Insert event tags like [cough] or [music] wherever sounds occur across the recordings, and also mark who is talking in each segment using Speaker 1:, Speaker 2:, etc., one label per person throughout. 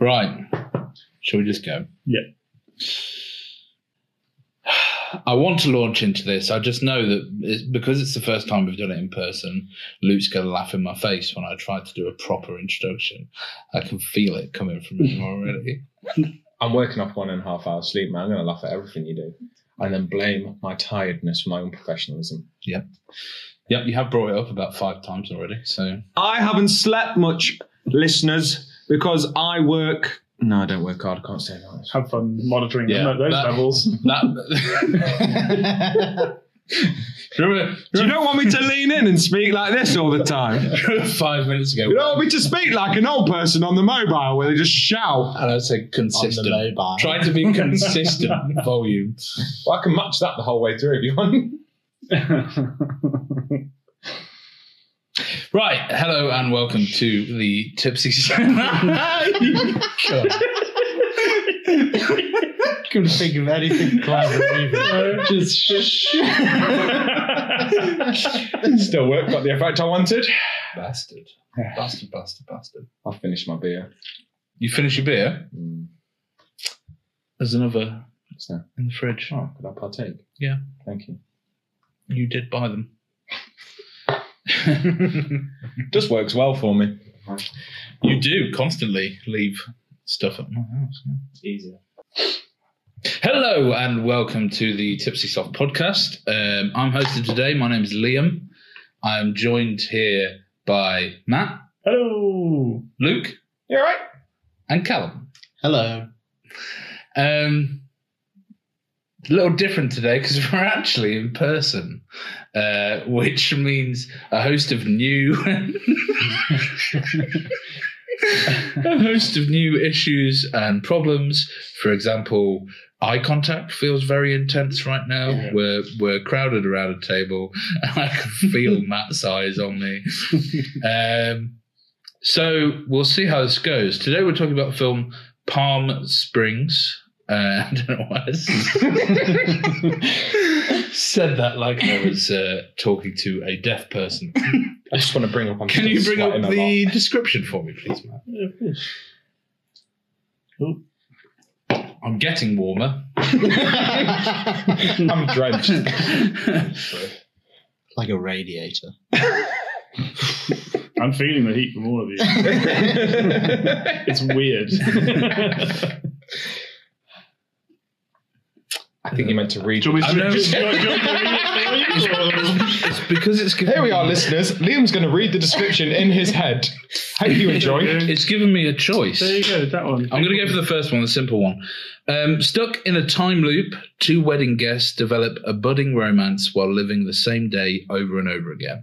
Speaker 1: Right. Shall we just go?
Speaker 2: Yeah.
Speaker 1: I want to launch into this. I just know that it's, because it's the first time we've done it in person, Luke's going to laugh in my face when I try to do a proper introduction. I can feel it coming from him already.
Speaker 3: I'm working off one and a half hours sleep, man. I'm going to laugh at everything you do and then blame my tiredness for my own professionalism.
Speaker 1: Yep, you have brought it up about five times already. So
Speaker 3: I haven't slept much, listeners, because I work. No, I don't work hard. I can't say that.
Speaker 2: Have fun monitoring
Speaker 1: Yeah,
Speaker 2: them at those
Speaker 1: that- [laughs]
Speaker 2: levels.
Speaker 1: that. remember,
Speaker 3: Do you don't want me to lean in and speak like this all the time?
Speaker 1: remember five minutes ago,
Speaker 3: You don't want me to speak like an old person on the mobile where they just shout.
Speaker 1: and I said consistent.
Speaker 4: mobile.
Speaker 1: Trying to be consistent volume.
Speaker 3: Well, I can match that the whole way through if you want.
Speaker 1: Right. Hello and welcome to the Tipsy. [laughs]
Speaker 3: [laughs]
Speaker 1: God.
Speaker 4: couldn't think of anything clever
Speaker 1: [laughs]
Speaker 4: even. Just shh.
Speaker 3: Still work, got the effect I wanted.
Speaker 1: Bastard. Bastard, bastard, bastard.
Speaker 3: I've finished my beer.
Speaker 1: You finish your beer?
Speaker 3: Mm.
Speaker 1: There's another
Speaker 3: So,
Speaker 1: in the fridge.
Speaker 3: oh, could I partake?
Speaker 1: Yeah.
Speaker 3: Thank you.
Speaker 1: You did buy them.
Speaker 3: Just works well for me.
Speaker 1: you do constantly leave stuff at my house. yeah.
Speaker 4: Easier.
Speaker 1: Hello and welcome to the Tipsy Soft podcast. Um, I'm hosted today. My name is Liam. I'm joined here by Matt,
Speaker 2: Hello.
Speaker 1: Luke,
Speaker 3: You alright?
Speaker 1: and Callum.
Speaker 4: Hello.
Speaker 1: Um, a little different today because [laughs] we're actually in person, uh, which means a host of new, [laughs] a host of new issues and problems. For example, eye contact feels very intense right now.
Speaker 2: Yeah.
Speaker 1: We're we're crowded around a table, [laughs] and I can feel Matt's eyes on me. Um, so we'll see how this goes. Today we're talking about the film Palm Springs. Uh, [laughs] I don't know why I
Speaker 3: [laughs]
Speaker 1: s- said that like I was uh, talking to a deaf person.
Speaker 3: I [laughs] just want to bring up. I'm
Speaker 1: Can
Speaker 3: still
Speaker 1: you bring up
Speaker 3: sweating a lot.
Speaker 1: the description for me, please, Matt?
Speaker 2: Yeah, of course.
Speaker 1: I'm getting warmer.
Speaker 3: I'm drenched.
Speaker 4: like a radiator.
Speaker 2: I'm feeling the heat from all of you. It's weird.
Speaker 3: I think you meant to read.
Speaker 2: Do you want me
Speaker 1: I
Speaker 2: to- do you
Speaker 1: know.
Speaker 2: want- do you want- do you
Speaker 1: [laughs]
Speaker 2: want me to read it for you, or-
Speaker 1: it's because it's giving
Speaker 3: Here we are,
Speaker 1: me-
Speaker 3: listeners. Liam's going to read the description in his head. Hope you enjoy.
Speaker 1: It's given me a choice.
Speaker 2: There you go, that one.
Speaker 1: I'm going to go for the first one, the simple one. Um, stuck in a time loop, two wedding guests develop a budding romance while living the same day over and over again.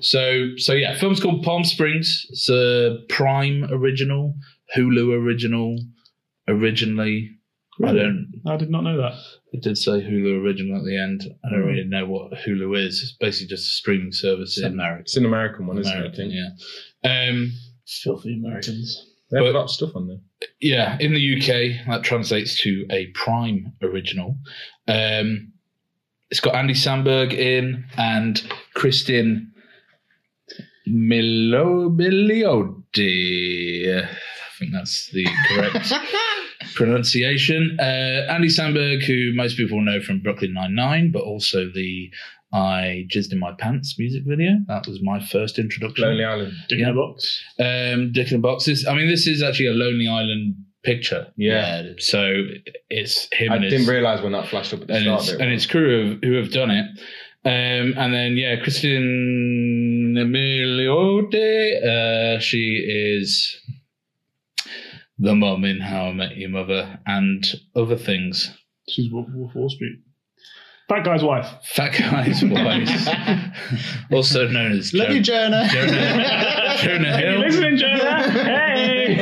Speaker 1: So, so yeah, film's called Palm Springs. It's a Prime original, Hulu original. Originally, I don't.
Speaker 2: I did not know that.
Speaker 1: It did say Hulu original at the end. I don't
Speaker 2: Hmm.
Speaker 1: really know what Hulu is. It's basically just a streaming service in America.
Speaker 3: It's an American one, isn't it? I
Speaker 1: American,
Speaker 3: think.
Speaker 1: yeah. Um,
Speaker 2: Filthy Americans.
Speaker 3: They have
Speaker 1: But-
Speaker 3: a lot of stuff on there.
Speaker 1: yeah, in the UK, that translates to a prime original. Um, it's got Andy Samberg in and Kristin Milo Milioti. I think that's the
Speaker 3: [laughs]
Speaker 1: correct pronunciation. Uh, Andy Samberg, who most people know from Brooklyn Nine Nine, but also the "I Jizzed in My Pants" music video. That was my first introduction.
Speaker 3: Lonely Island.
Speaker 2: Dick
Speaker 1: Yeah.
Speaker 2: in a box.
Speaker 1: Um, Dick in a Box. This, I mean, this is actually a Lonely Island picture.
Speaker 3: Yeah.
Speaker 1: So it's him
Speaker 3: I
Speaker 1: and,
Speaker 3: didn't
Speaker 1: his,
Speaker 3: realise when that flashed up at the
Speaker 1: and,
Speaker 3: start
Speaker 1: his,
Speaker 3: of
Speaker 1: and his crew have, who have done it. Um, and then, yeah, Christine Emiliote, uh, she is the mum in How I Met Your Mother and other things.
Speaker 2: She's Wolf, Wolf of Wall Street. That guy's wife.
Speaker 1: Fat
Speaker 3: [laughs]
Speaker 1: Guy's Wife, also known as
Speaker 4: Love you,
Speaker 1: Jonah,
Speaker 4: Jonah.
Speaker 1: Jonah,
Speaker 3: [laughs]
Speaker 1: Jonah
Speaker 2: Hey, you
Speaker 1: Hill.
Speaker 2: listening, Jonah? Hey!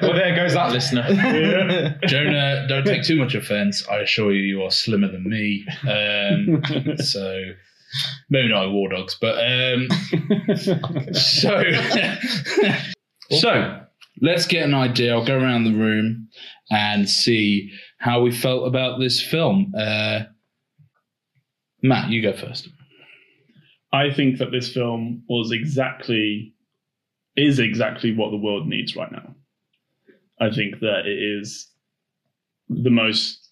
Speaker 3: well, there goes that listener.
Speaker 1: [laughs]
Speaker 2: Yeah.
Speaker 1: Jonah, don't take too much offense. I assure you, you are slimmer than me. Um,
Speaker 2: [laughs]
Speaker 1: so maybe not a war dogs, but
Speaker 2: [laughs]
Speaker 1: um, so [laughs] so let's get an idea. I'll go around the room and see how we felt about this film. Uh, Matt, you go first.
Speaker 2: I think that this film was exactly, is exactly what the world needs right now. I think that it is the most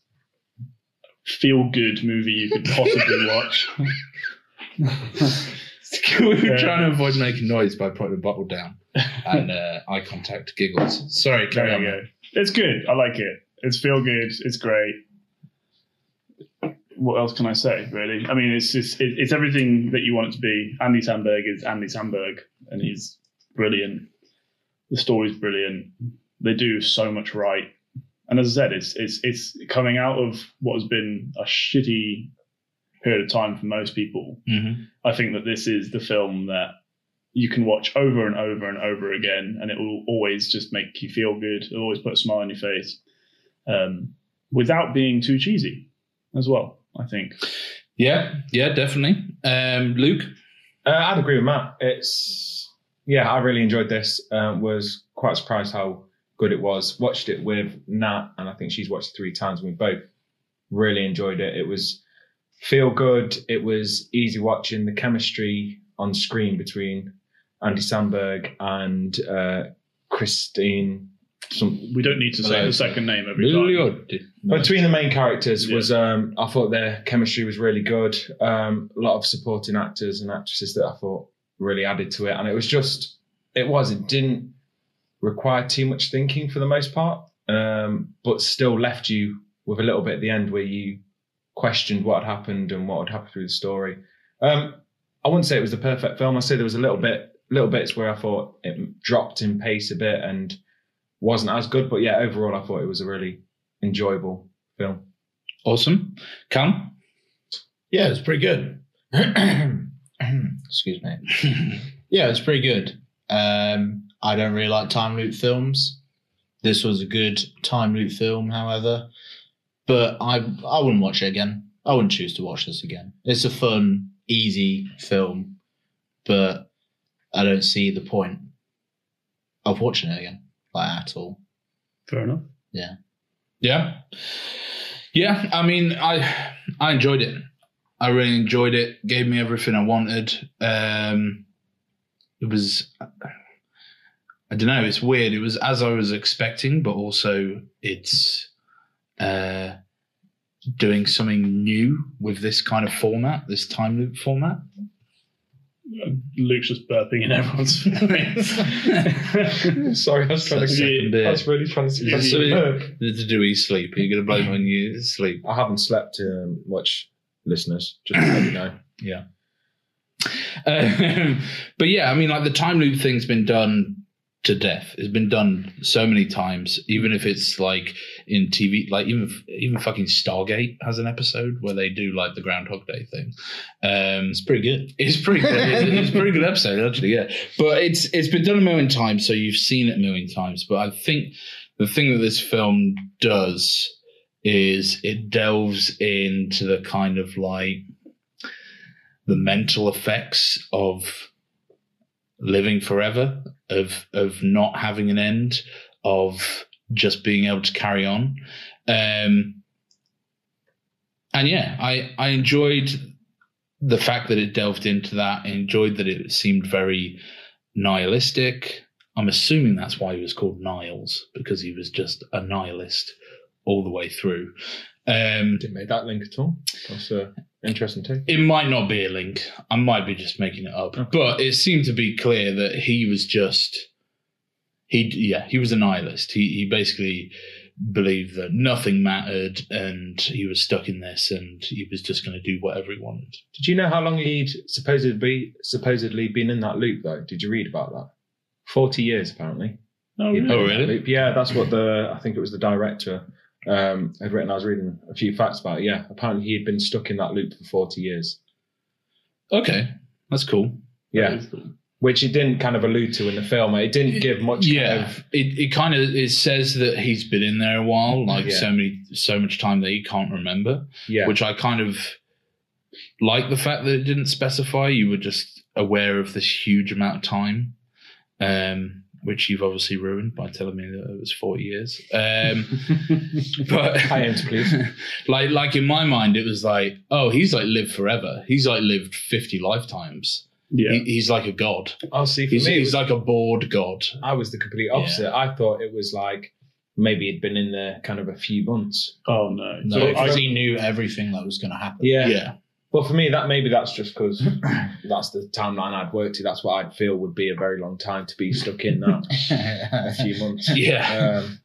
Speaker 2: feel good movie you
Speaker 1: [laughs]
Speaker 2: could possibly watch.
Speaker 1: we [laughs] were
Speaker 2: Yeah.
Speaker 1: trying to avoid making noise by putting the bottle down and uh, eye contact giggles. Sorry, carry
Speaker 2: There
Speaker 1: on.
Speaker 2: you go. It's good. I like it. It's feel good. It's great. What else can I say, really? I mean, it's just it, it's everything that you want it to be. Andy Samberg is Andy Samberg, and he's brilliant. The story's brilliant. They do so much right, and as I said, it's it's it's coming out of what has been a shitty period of time for most people.
Speaker 1: Mhm.
Speaker 2: I think that this is the film that you can watch over and over and over again, and it will always just make you feel good. It'll always put a smile on your face, um, without being too cheesy, as well. I think.
Speaker 1: Yeah, yeah, definitely. Um, Luke,
Speaker 3: Uh, I'd agree with Matt. It's yeah, I really enjoyed this. Um, was quite surprised how good it was. Watched it with Nat, and I think she's watched it three times. We both really enjoyed it. It was feel good. It was easy watching the chemistry on screen between Andy Sandberg and uh, Christine. Some,
Speaker 2: We don't need to say
Speaker 3: Hello.
Speaker 2: the second name every time.
Speaker 1: Lord.
Speaker 3: between the main characters
Speaker 2: Yeah.
Speaker 3: was um, I thought their chemistry was really good. Um, a lot of supporting actors and actresses that I thought really added to it, and it was just it was it didn't require too much thinking for the most part, um, but still left you with a little bit at the end where you questioned what had happened and what had happened through the story. Um, I wouldn't say it was the perfect film. I say there was a little bit little bits where I thought it dropped in pace a bit and wasn't as good, but yeah, overall I thought it was a really enjoyable film.
Speaker 1: Awesome. Cam?
Speaker 4: Yeah, it's pretty good. [clears throat] Excuse me.
Speaker 3: [clears throat]
Speaker 4: Yeah, it's pretty good. Um, I don't really like time loop films. This was a good time loop film, however, but I I wouldn't watch it again. I wouldn't choose to watch this again. It's a fun, easy film, but I don't see the point of watching it again, like at all.
Speaker 2: Fair enough.
Speaker 1: Yeah. Yeah, I mean, I I enjoyed it. I really enjoyed it. Gave me everything I wanted. Um it was I don't know, it's weird. It was as I was expecting, but also it's uh doing something new with this kind of format, this time loop format.
Speaker 2: Luke's just burping in everyone's [laughs]
Speaker 4: [laughs]
Speaker 2: face.
Speaker 3: [laughs] Sorry, I was trying
Speaker 1: That's
Speaker 3: to.
Speaker 1: second beer.
Speaker 3: I was really trying to.
Speaker 2: Yeah.
Speaker 3: that's really good.
Speaker 1: Do we sleep? Are you gonna blame it on you sleep?
Speaker 3: I haven't slept um, much, listeners. Just to let you know.
Speaker 1: Um, [laughs] but yeah, I mean, like the time loop thing's been done to death. It's been done so many times, even if it's like in TV, like even even fucking Stargate has an episode where they do like the Groundhog Day thing. Um,
Speaker 4: It's pretty good.
Speaker 1: it's pretty good. It's,
Speaker 4: [laughs]
Speaker 1: it's a pretty good episode, actually. Yeah, but it's it's been done a million times, so you've seen it a million times. But I think the thing that this film does is it delves into the kind of like the mental effects of living forever, of of not having an end, of just being able to carry on. Um, and yeah, I I enjoyed the fact that it delved into that, I enjoyed that it seemed very nihilistic. I'm assuming that's why he was called Niles because he was just a nihilist all the way through. Um,
Speaker 3: [clears throat] Didn't make that link at all. That's uh, interesting too.
Speaker 1: it might not be a link. I might be just making it up, but it seemed to be clear that he was just he yeah he was a nihilist. He he basically believed that nothing mattered and he was stuck in this and he was just going to do whatever he wanted.
Speaker 3: Did you know how long he'd supposedly supposedly been in that loop though? Did you read about that? Forty years apparently.
Speaker 2: no, really?
Speaker 3: He'd been
Speaker 1: Oh,
Speaker 3: in
Speaker 1: really?
Speaker 3: that loop. Yeah, that's what the I think it was the director um, had written. I was reading a few facts about. It. Yeah, apparently he had been stuck in that loop for forty years.
Speaker 1: Okay, that's cool.
Speaker 3: Yeah,
Speaker 2: That is cool.
Speaker 3: which it didn't kind of allude to in the film. It didn't give much.
Speaker 1: yeah
Speaker 3: Kind of,
Speaker 1: it, it kind of it says that he's been in there a while like
Speaker 3: Yeah.
Speaker 1: so many so much time that he can't remember
Speaker 3: yeah.
Speaker 1: which i kind of like the fact that it didn't specify you were just aware of this huge amount of time um which you've obviously ruined by telling me that it was 40 years
Speaker 3: [laughs]
Speaker 1: um but
Speaker 3: I am pleased.
Speaker 1: [laughs] like like in my mind it was like oh he's like lived forever he's like lived 50 lifetimes
Speaker 2: Yeah.
Speaker 1: he, he's like a god
Speaker 3: I'll Oh, see. For
Speaker 1: he's,
Speaker 3: me, it
Speaker 1: he's
Speaker 3: was-
Speaker 1: like a bored god
Speaker 3: I was the complete opposite. I thought it was like maybe he'd been in there kind of a few months.
Speaker 2: Oh no.
Speaker 4: No,
Speaker 2: so
Speaker 4: because
Speaker 2: I,
Speaker 4: he knew everything that was going to happen.
Speaker 3: Yeah.
Speaker 1: yeah. [laughs]
Speaker 3: Well, for me, that maybe that's just because that's the timeline I'd worked to. That's what I'd feel would be a very long time to be stuck in that a few months.
Speaker 1: Yeah.
Speaker 3: Um,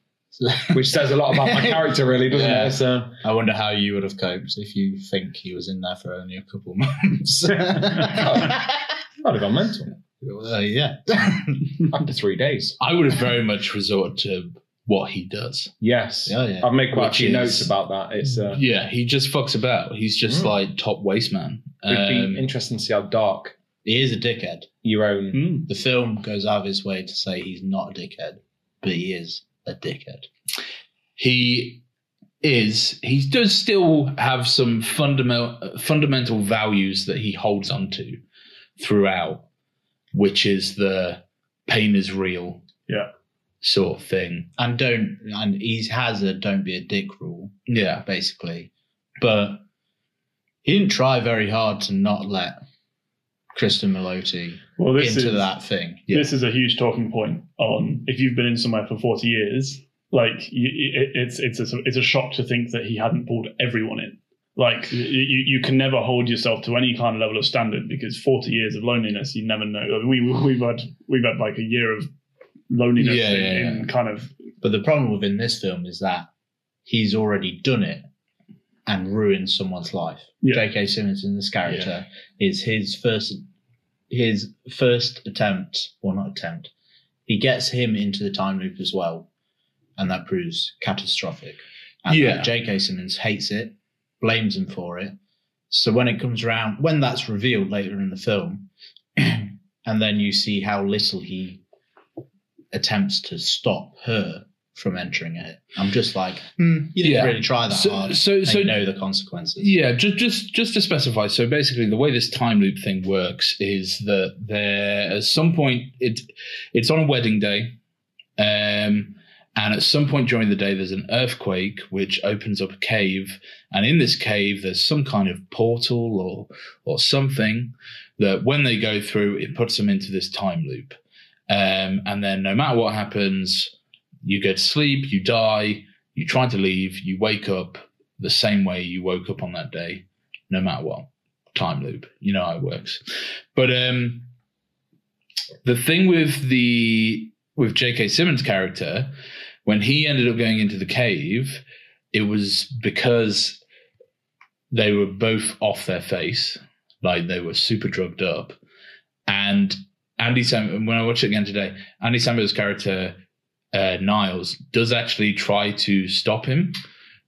Speaker 3: which says a lot about my character, really, doesn't
Speaker 4: Yeah.
Speaker 3: it? So,
Speaker 4: [laughs] I wonder how you would have coped if you think he was in there for only a couple [laughs] months.
Speaker 3: I'd have gone mental
Speaker 4: Uh, yeah.
Speaker 3: after three days.
Speaker 1: I would have very much resorted to what he does.
Speaker 3: Yes,
Speaker 4: Oh, yeah.
Speaker 3: I've made quite
Speaker 1: Which
Speaker 3: a few
Speaker 1: is-
Speaker 3: notes about that. It's uh,
Speaker 1: Yeah, he just fucks about. He's just
Speaker 4: Hmm.
Speaker 3: Mm.
Speaker 1: like top waste man.
Speaker 3: it'd
Speaker 1: Um,
Speaker 3: be interesting to see how dark
Speaker 4: He is a dickhead.
Speaker 3: your own.
Speaker 2: Mm.
Speaker 4: The film goes out of his way to say he's not a dickhead, but he is a dickhead.
Speaker 1: he is he does still have some fundamental fundamental values that he holds on to throughout which is the pain is real
Speaker 2: Yeah.
Speaker 1: sort of thing
Speaker 4: And don't and he has a don't be a dick rule,
Speaker 1: yeah
Speaker 4: basically. But he didn't try very hard to not let Kristen Melotti
Speaker 2: Well, this
Speaker 4: into
Speaker 2: is
Speaker 4: that thing.
Speaker 2: this is a huge talking point on if you've been in somewhere for 40 years like you, it, it's it's a it's a shock to think that he hadn't pulled everyone in like you, you you can never hold yourself to any kind of level of standard because 40 years of loneliness you never know I mean, we we've had we've had like a year of loneliness
Speaker 1: Yeah,
Speaker 2: in,
Speaker 1: yeah,
Speaker 2: in kind of
Speaker 4: But the problem within this film is that he's already done it and ruined someone's life.
Speaker 2: Yeah.
Speaker 4: J.K. Simmons in this character is his first his first attempt, well not attempt. He gets him into the time loop as well, and that proves catastrophic. And
Speaker 1: Yeah.
Speaker 4: that J.K. Simmons hates it, blames him for it. So when it comes around, when that's revealed later in the film, [clears throat] and then you see how little he attempts to stop her from entering it, I'm just like, hmm, you didn't
Speaker 1: Yeah.
Speaker 4: really try that
Speaker 1: so
Speaker 4: hard.
Speaker 1: so,
Speaker 4: and
Speaker 1: so
Speaker 4: you know the consequences.
Speaker 1: yeah just just just to specify so basically the way this time loop thing works is that there at some point it it's on a wedding day um and at some point during the day there's an earthquake which opens up a cave and in this cave there's some kind of portal or or something that when they go through it puts them into this time loop um and then no matter what happens you go to sleep you die you try to leave you wake up the same way you woke up on that day, no matter what. Time loop. You know how it works. But um the thing with the with J.K. Simmons' character, when he ended up going into the cave, it was because they were both off their face, like they were super drugged up. And Andy Sam and when I watched it again today, Andy Samberg's character, uh, Niles, does actually try to stop him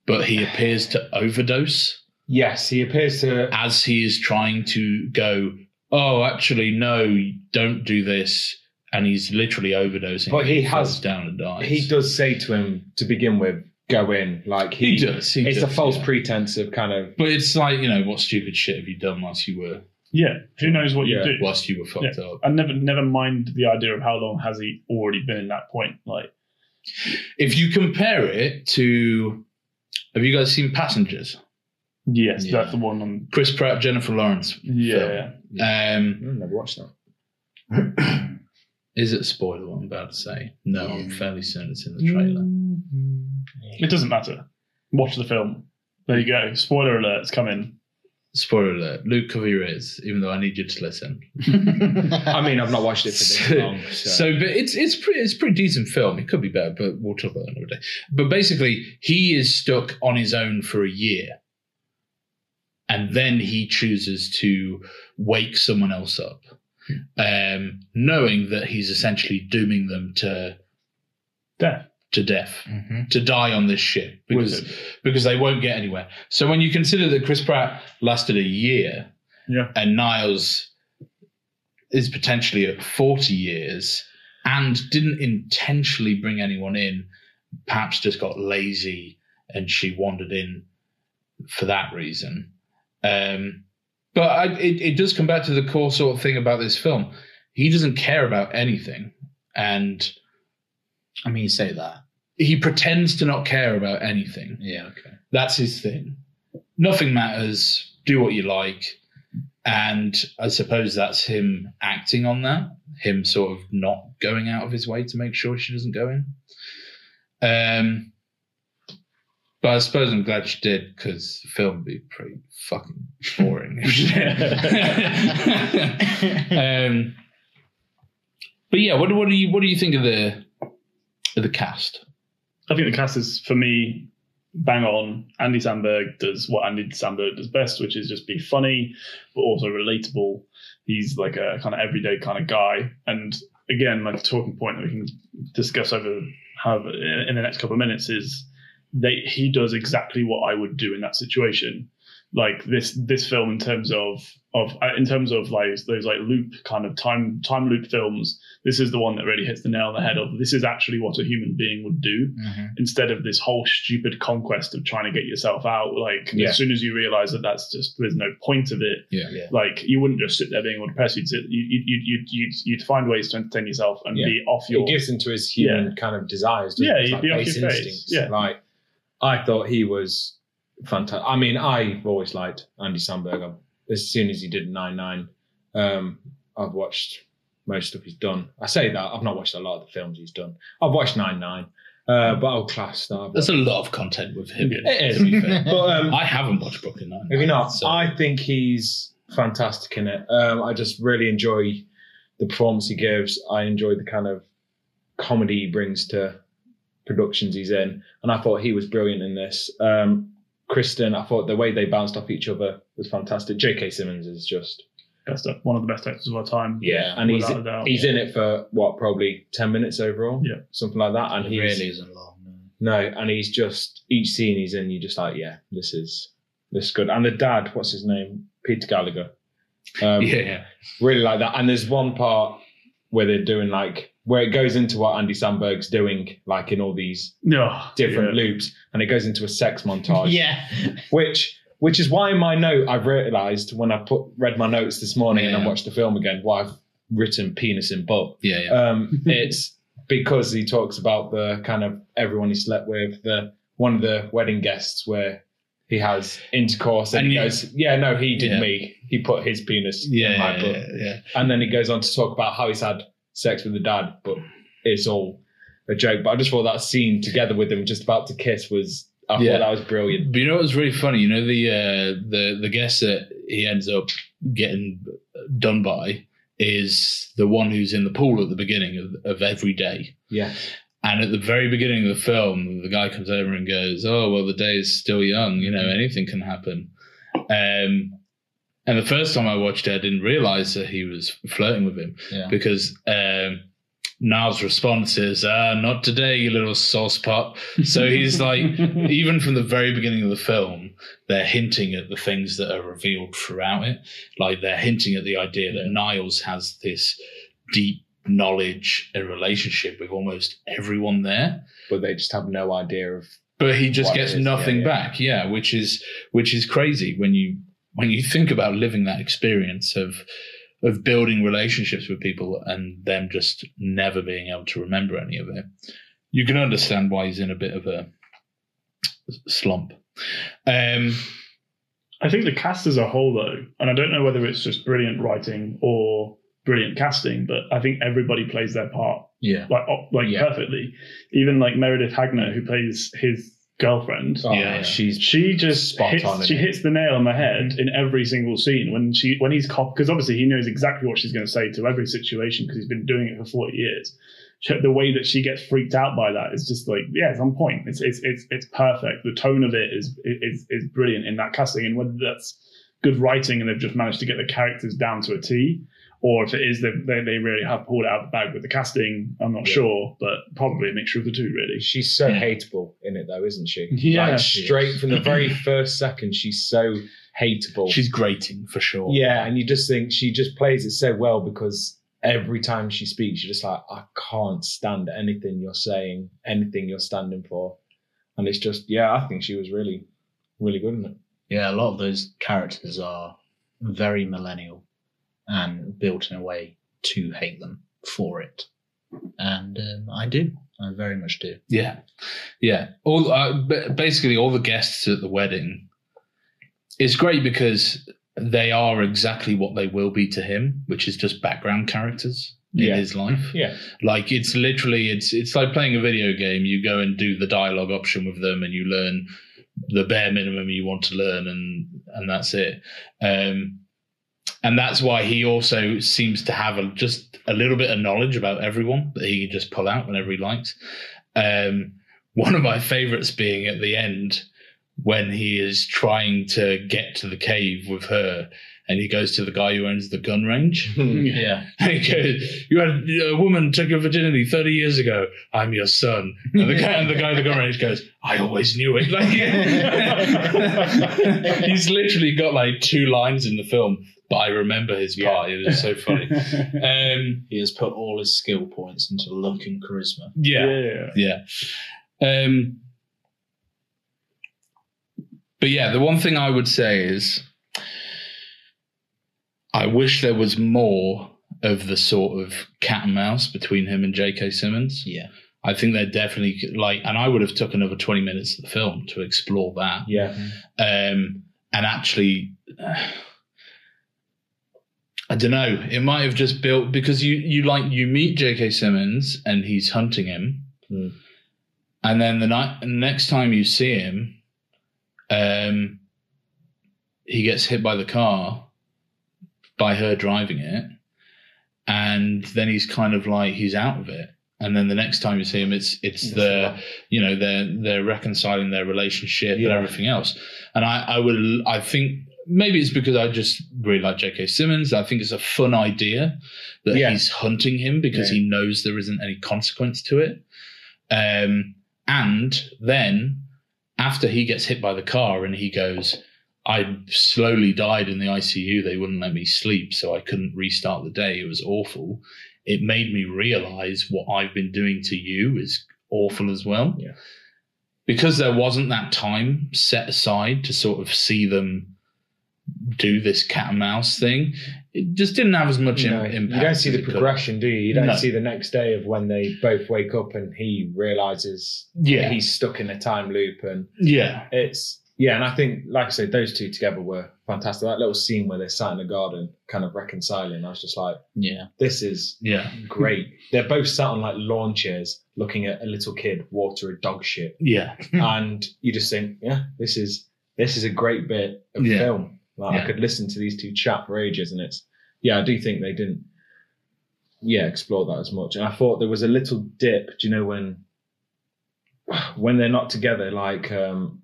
Speaker 1: but he appears to overdose
Speaker 3: Yes, he appears to.
Speaker 1: as he is trying to go, oh, actually, no, don't do this. And he's literally overdosing.
Speaker 3: But he
Speaker 1: falls
Speaker 3: has-
Speaker 1: down and dies.
Speaker 3: He does say to him to begin with, "Go in." Like
Speaker 1: He
Speaker 3: he,
Speaker 1: does. He
Speaker 3: it's
Speaker 1: does,
Speaker 3: a false
Speaker 1: yeah.
Speaker 3: pretense of kind of.
Speaker 1: But it's like, you know, what stupid shit have you done whilst you were
Speaker 2: yeah who knows what
Speaker 3: Yeah,
Speaker 2: you do
Speaker 1: whilst you were fucked up?
Speaker 2: and never never mind the idea of how long has he already been in that point like
Speaker 1: If you compare it to have you guys seen Passengers?
Speaker 2: yes
Speaker 4: Yeah.
Speaker 2: that's the one on
Speaker 1: Chris Pratt, Jennifer Lawrence.
Speaker 2: yeah
Speaker 1: Um
Speaker 3: Mm, never watched that.
Speaker 1: is it a spoiler what I'm about to say? No, I'm fairly certain it's in the
Speaker 3: Mm.
Speaker 1: trailer.
Speaker 2: It doesn't matter. Watch the film. There you go. Spoiler alerts coming.
Speaker 1: Spoiler alert. Luke Covey is, even though I need you to listen.
Speaker 3: [laughs] I mean, I've not watched it for this
Speaker 1: So-
Speaker 3: long. So,
Speaker 1: So, but it's it's pretty it's a pretty decent film. It could be better, but we'll talk about that another day. But basically, he is stuck on his own for a year, and then he chooses to wake someone else up, um, knowing that he's essentially dooming them to
Speaker 2: Death.
Speaker 1: to death,
Speaker 4: Mhm.
Speaker 1: to die on this ship because
Speaker 2: Wicked.
Speaker 1: because they won't get anywhere. So when you consider that Chris Pratt lasted a year,
Speaker 2: Yeah.
Speaker 1: and Niles is potentially at 40 years and didn't intentionally bring anyone in, perhaps just got lazy and she wandered in for that reason. Um, but I, it, it does come back to the core sort of thing about this film. He doesn't care about anything and
Speaker 4: I mean, you say that.
Speaker 1: he pretends to not care about anything.
Speaker 4: Yeah, okay.
Speaker 1: That's his thing. Nothing matters. Do what you like. And I suppose that's him acting on that, him sort of not going out of his way to make sure she doesn't go in. Um, but I suppose I'm glad she did because the film would be pretty fucking boring. um, but yeah, what, what do you what do you think of the of the cast?
Speaker 2: I think the cast is for me bang on. Andy Sandberg does what Andy Sandberg does best, which is just be funny but also relatable. He's like a kind of everyday kind of guy, and again, like a talking point that we can discuss over have in the next couple of minutes is they he does exactly what I would do in that situation. Like this this film in terms of of uh, in terms of like those like loop kind of time time loop films. This is the one that really hits the nail on the head of this is actually what a human being would do instead of this whole stupid conquest of trying to get yourself out. Like
Speaker 1: Yeah.
Speaker 2: as soon as you realize that that's just there's no point of it.
Speaker 1: Yeah.
Speaker 2: Like you wouldn't just sit there being all depressed. You'd sit, you, you, you, you'd you'd you'd find ways to entertain yourself and
Speaker 3: Yeah.
Speaker 2: be off
Speaker 3: He
Speaker 2: your.
Speaker 3: gives into his human kind of desires. doesn't
Speaker 2: Yeah,
Speaker 3: he? It's
Speaker 2: he'd
Speaker 3: like
Speaker 2: be off
Speaker 3: base
Speaker 2: your face.
Speaker 3: instincts.
Speaker 2: Yeah.
Speaker 3: Like I thought he was fantastic. I mean, I've always liked Andy Sandberg. I've- As soon as he did Nine Nine, um, I've watched most stuff he's done. I say that I've not watched a lot of the films he's done. I've watched Nine Nine, uh, but I'll class that. I've
Speaker 1: There's a lot of content with him.
Speaker 2: Yeah.
Speaker 3: It is.
Speaker 1: To be fair.
Speaker 3: watched- but um,
Speaker 1: I haven't watched Brooklyn Nine.
Speaker 3: Maybe not.
Speaker 1: So-
Speaker 3: I think he's fantastic in it. Um, I just really enjoy the performance he gives. I enjoy the kind of comedy he brings to productions he's in, and I thought he was brilliant in this. Um, Kristen, I thought the way they bounced off each other was fantastic. J.K. Simmons is just
Speaker 2: best one of the best actors of our time.
Speaker 3: yeah, and he's
Speaker 2: without a doubt.
Speaker 3: he's in it for what probably ten minutes overall,
Speaker 2: Yeah.
Speaker 3: something like that, and
Speaker 4: It
Speaker 3: he's
Speaker 4: really isn't long. no.
Speaker 3: no, and he's just each scene he's in, you're just like, yeah, this is this is good. And the dad, what's his name, Peter Gallagher, um,
Speaker 1: yeah, yeah.
Speaker 3: really like that. And there's one part where they're doing like where it goes into what Andy Sandberg's doing, like in all these
Speaker 2: no
Speaker 3: different
Speaker 2: yeah.
Speaker 3: loops, and it goes into a sex montage,
Speaker 4: uh, Yeah. [laughs]
Speaker 3: which which is why in my note I've realised when I put read my notes this morning and I
Speaker 1: Yeah.
Speaker 3: watched the film again, why I've written penis in butt.
Speaker 1: Yeah, yeah.
Speaker 3: [laughs] Um, it's because he talks about the kind of everyone he slept with, the one of the wedding guests where he has intercourse and,
Speaker 1: And
Speaker 3: he
Speaker 1: you-
Speaker 3: goes, Yeah, no, he did
Speaker 1: Yeah.
Speaker 3: me. He put his penis in my
Speaker 1: yeah,
Speaker 3: butt.
Speaker 1: yeah, yeah.
Speaker 3: And then he goes on to talk about how he's had sex with the dad, but it's all a joke. But I just thought that scene together with him just about to kiss was I
Speaker 1: Yeah.
Speaker 3: thought that was
Speaker 1: [laughs]
Speaker 3: brilliant.
Speaker 1: But you know what's really funny? You know the uh, the the guess that he ends up getting done by is the one who's in the pool at the beginning of, of every day.
Speaker 3: Yeah.
Speaker 1: And at the very beginning of the film, the guy comes over and goes, "Oh well, the day is still young. You know, anything can happen." Um, and the first time I watched it, I didn't realize that he was flirting with him
Speaker 4: Yeah.
Speaker 1: because um, Niall's response is, "Ah, not today, you little sauce pop." So he's like, even from the very beginning of the film, they're hinting at the things that are revealed throughout it. Like they're hinting at the idea that Niles has this deep knowledge and relationship with almost everyone there,
Speaker 3: But they just have no idea of
Speaker 1: but he just
Speaker 3: What
Speaker 1: gets
Speaker 3: it is,
Speaker 1: nothing
Speaker 3: yeah, yeah.
Speaker 1: back. Yeah, which is which is crazy when you when you [laughs] think about living that experience of of building relationships with people and them just never being able to remember any of it. You can understand why he's in a bit of a slump. Um,
Speaker 2: I think the cast as a whole, though, and I don't know whether it's just brilliant writing or brilliant casting, but I think everybody plays their part
Speaker 4: Yeah.
Speaker 2: like op- like
Speaker 3: Yeah.
Speaker 2: perfectly. Even like Meredith Hagner, who plays his girlfriend,
Speaker 3: oh,
Speaker 1: Yeah.
Speaker 3: she's
Speaker 2: she just
Speaker 3: Spot
Speaker 2: hits,
Speaker 3: on, isn't
Speaker 2: she
Speaker 3: it? Mm.
Speaker 2: hits the nail on the head in every single scene when she when he's cop because obviously he knows exactly what she's going to say to every situation because he's been doing it for 40 years She- the way that she gets freaked out by that is just like yeah it's on point it's it's it's, it's perfect the tone of it is is is brilliant in that casting and whether that's good writing and they've just managed to get the characters down to a T or if it is that they, they really have pulled it out of the bag with the casting I'm not
Speaker 3: Yeah.
Speaker 2: sure but probably a mixture of the two
Speaker 3: [laughs]
Speaker 2: really
Speaker 3: She's so
Speaker 1: Yeah.
Speaker 3: hateable in it, though, isn't she?
Speaker 2: Yeah,
Speaker 3: like
Speaker 2: she
Speaker 3: straight from the [clears throat] very first second, she's so hateable.
Speaker 1: she's grating for sure.
Speaker 3: yeah, and you just think she just plays it so well because every time she speaks, you're just like, I can't stand anything you're saying, anything you're standing for, and it's just, yeah, I think she was really, really good in it.
Speaker 4: Yeah, a lot of those characters are very millennial and built in a way to hate them for it. And um, I do. I very much do.
Speaker 1: Yeah, yeah. All uh, ba- basically all the guests at the wedding. It's great because they are exactly what they will be to him, which is just background characters. in
Speaker 3: Yeah.
Speaker 1: his life.
Speaker 3: Yeah.
Speaker 1: Like it's literally it's it's like playing a video game. You go and do the dialogue option with them and you learn the bare minimum you want to learn and and that's it. Um and that's why he also seems to have a, just a little bit of knowledge about everyone that he can just pull out whenever he likes. Um, one of my favorites being at the end when he is trying to get to the cave with her and he goes to the guy who owns the gun range.
Speaker 4: Yeah.
Speaker 1: [laughs] And he goes, You had a woman took your virginity 30 years ago. I'm your son. And the guy, and the guy at the gun range goes, I always knew it. [laughs] Like, he's literally got like two lines in the film, but I remember his part. It was so funny. Um,
Speaker 4: He has put all his skill points into luck and charisma.
Speaker 1: yeah.
Speaker 2: [laughs] yeah.
Speaker 1: Yeah. Um, but yeah, the one thing I would say is I wish there was more of the sort of cat and mouse between him and J.K. Simmons.
Speaker 4: Yeah.
Speaker 1: I think they're definitely like, and I would have took another 20 minutes of the film to explore that
Speaker 3: Yeah.
Speaker 1: um, and actually I don't know. It might have just built because you you like you meet J.K. Simmons and he's hunting him,
Speaker 3: Hmm.
Speaker 1: and then the night next time you see him, um, he gets hit by the car by her driving it, and then he's kind of like he's out of it. And then the next time you see him, it's it's the you know they're they're reconciling their relationship and
Speaker 3: Yeah.
Speaker 1: everything else and i i would i think maybe it's because i just really like jk simmons i think it's a fun idea that
Speaker 3: Yeah.
Speaker 1: he's hunting him because he knows there isn't any consequence to it um and then after he gets hit by the car and he goes I slowly died in the ICU. They wouldn't let me sleep, so I couldn't restart the day. It was awful. It made me realize what I've been doing to you is awful as well.
Speaker 3: Yeah.
Speaker 1: Because there wasn't that time set aside to sort of see them do this cat and mouse thing, it just didn't have as much im-
Speaker 3: No,
Speaker 1: impact.
Speaker 3: you don't see
Speaker 1: as
Speaker 3: the
Speaker 1: it could.
Speaker 3: progression, do you? You don't
Speaker 1: No.
Speaker 3: see the next day of when they both wake up and he realizes
Speaker 1: Yeah.
Speaker 3: he's stuck in a time loop and
Speaker 1: Yeah.
Speaker 3: it's yeah, and I think like I said, those two together were fantastic. That little scene where they're sat in the garden, kind of reconciling. I was just like,
Speaker 4: Yeah.
Speaker 3: this is
Speaker 1: Yeah. [laughs]
Speaker 3: great. they're both sat on like lawn chairs, looking at a little kid water a
Speaker 1: [laughs]
Speaker 3: dog shit,
Speaker 1: Yeah.
Speaker 3: and you just think, yeah, this is this is a great bit of
Speaker 1: Yeah.
Speaker 3: film. Like
Speaker 1: Yeah.
Speaker 3: I could listen to these two chat for ages, and it's yeah, I do think they didn't yeah explore that as much. And I thought there was a little dip. Do you know when [sighs] when they're not together, like um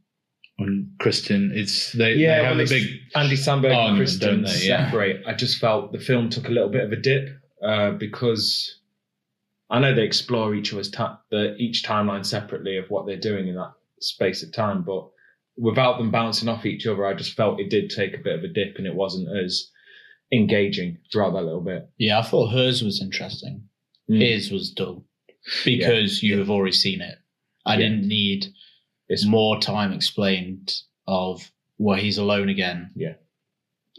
Speaker 1: When Kristen, it's they,
Speaker 3: yeah,
Speaker 1: they have
Speaker 3: well,
Speaker 1: a
Speaker 3: it's
Speaker 1: big.
Speaker 3: Andy Sandberg
Speaker 1: Oh,
Speaker 3: and
Speaker 1: no,
Speaker 3: Kristen
Speaker 1: don't they? Yeah.
Speaker 3: separate. I just felt the film took a little bit of a dip uh, because I know they explore each of us ta- the, each timeline separately of what they're doing in that space of time, but without them bouncing off each other, I just felt it did take a bit of a dip and it wasn't as engaging throughout that little bit.
Speaker 4: Yeah, I thought hers was interesting.
Speaker 3: Mm.
Speaker 4: His was dull because you have already seen it. I
Speaker 3: Yeah.
Speaker 4: didn't need
Speaker 3: It's-
Speaker 4: more time explained of well, he's alone again.
Speaker 3: Yeah.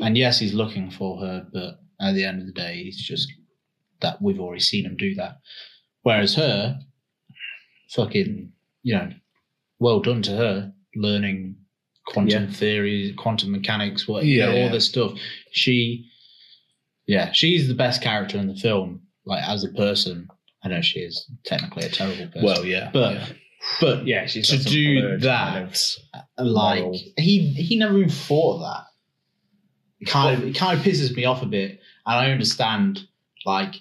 Speaker 4: And yes, he's looking for her, but at the end of the day, he's just that we've already seen him do that. Whereas her, fucking, you know, well done to her learning quantum theory, quantum mechanics, what you know,
Speaker 1: Yeah,
Speaker 4: all
Speaker 1: yeah.
Speaker 4: this stuff. She, yeah, she's the best character in the film. Like as a person, I know she is technically a terrible person.
Speaker 1: Well, yeah.
Speaker 4: But-
Speaker 1: yeah.
Speaker 4: but
Speaker 3: Yeah, she's
Speaker 4: to
Speaker 3: got some
Speaker 4: do
Speaker 3: blurred kind
Speaker 4: that, uh,
Speaker 3: of-
Speaker 4: like
Speaker 3: moral.
Speaker 4: he he never even thought of that. It kind of it kind of pisses me off a bit, and I understand like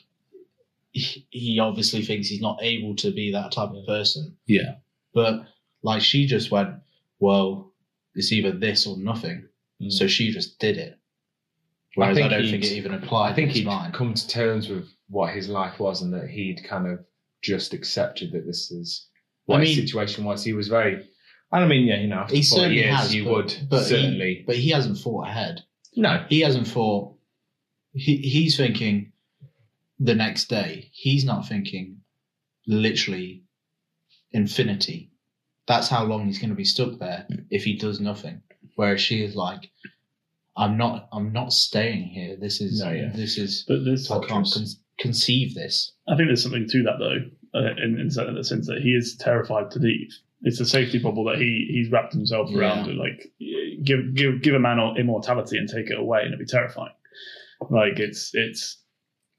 Speaker 4: he he obviously thinks he's not able to be that type of person.
Speaker 1: Yeah.
Speaker 4: But like she just went, well, it's either this or nothing.
Speaker 3: Mm.
Speaker 4: So she just did it. Whereas I,
Speaker 3: think
Speaker 4: don't
Speaker 3: he'd-
Speaker 4: think it even applied.
Speaker 3: I think
Speaker 4: in his
Speaker 3: he'd
Speaker 4: mind.
Speaker 3: come to terms with what his life was and that he'd kind of just accepted that this is what
Speaker 4: I
Speaker 3: his
Speaker 4: mean-
Speaker 3: situation was. He was very, I don't mean, yeah, you know, after
Speaker 4: He
Speaker 3: 40
Speaker 4: certainly
Speaker 3: years,
Speaker 4: has,
Speaker 3: you
Speaker 4: but-
Speaker 3: would
Speaker 4: but he-
Speaker 3: certainly.
Speaker 4: But he hasn't thought ahead.
Speaker 3: no.
Speaker 4: he hasn't thought he, he's thinking the next day he's not thinking literally infinity that's how long he's going to be stuck there if he does nothing whereas she is like i'm not i'm not staying here this is
Speaker 3: No, yeah.
Speaker 4: this is
Speaker 2: But there's
Speaker 4: i can't con- conceive [laughs] this
Speaker 2: I think there's something to that though, uh, in, in certain- the sense that he is terrified to leave. It's a safety bubble that he he's wrapped himself around. Like y- give give give a man immortality and take it away, and it'd be terrifying. Like it's it's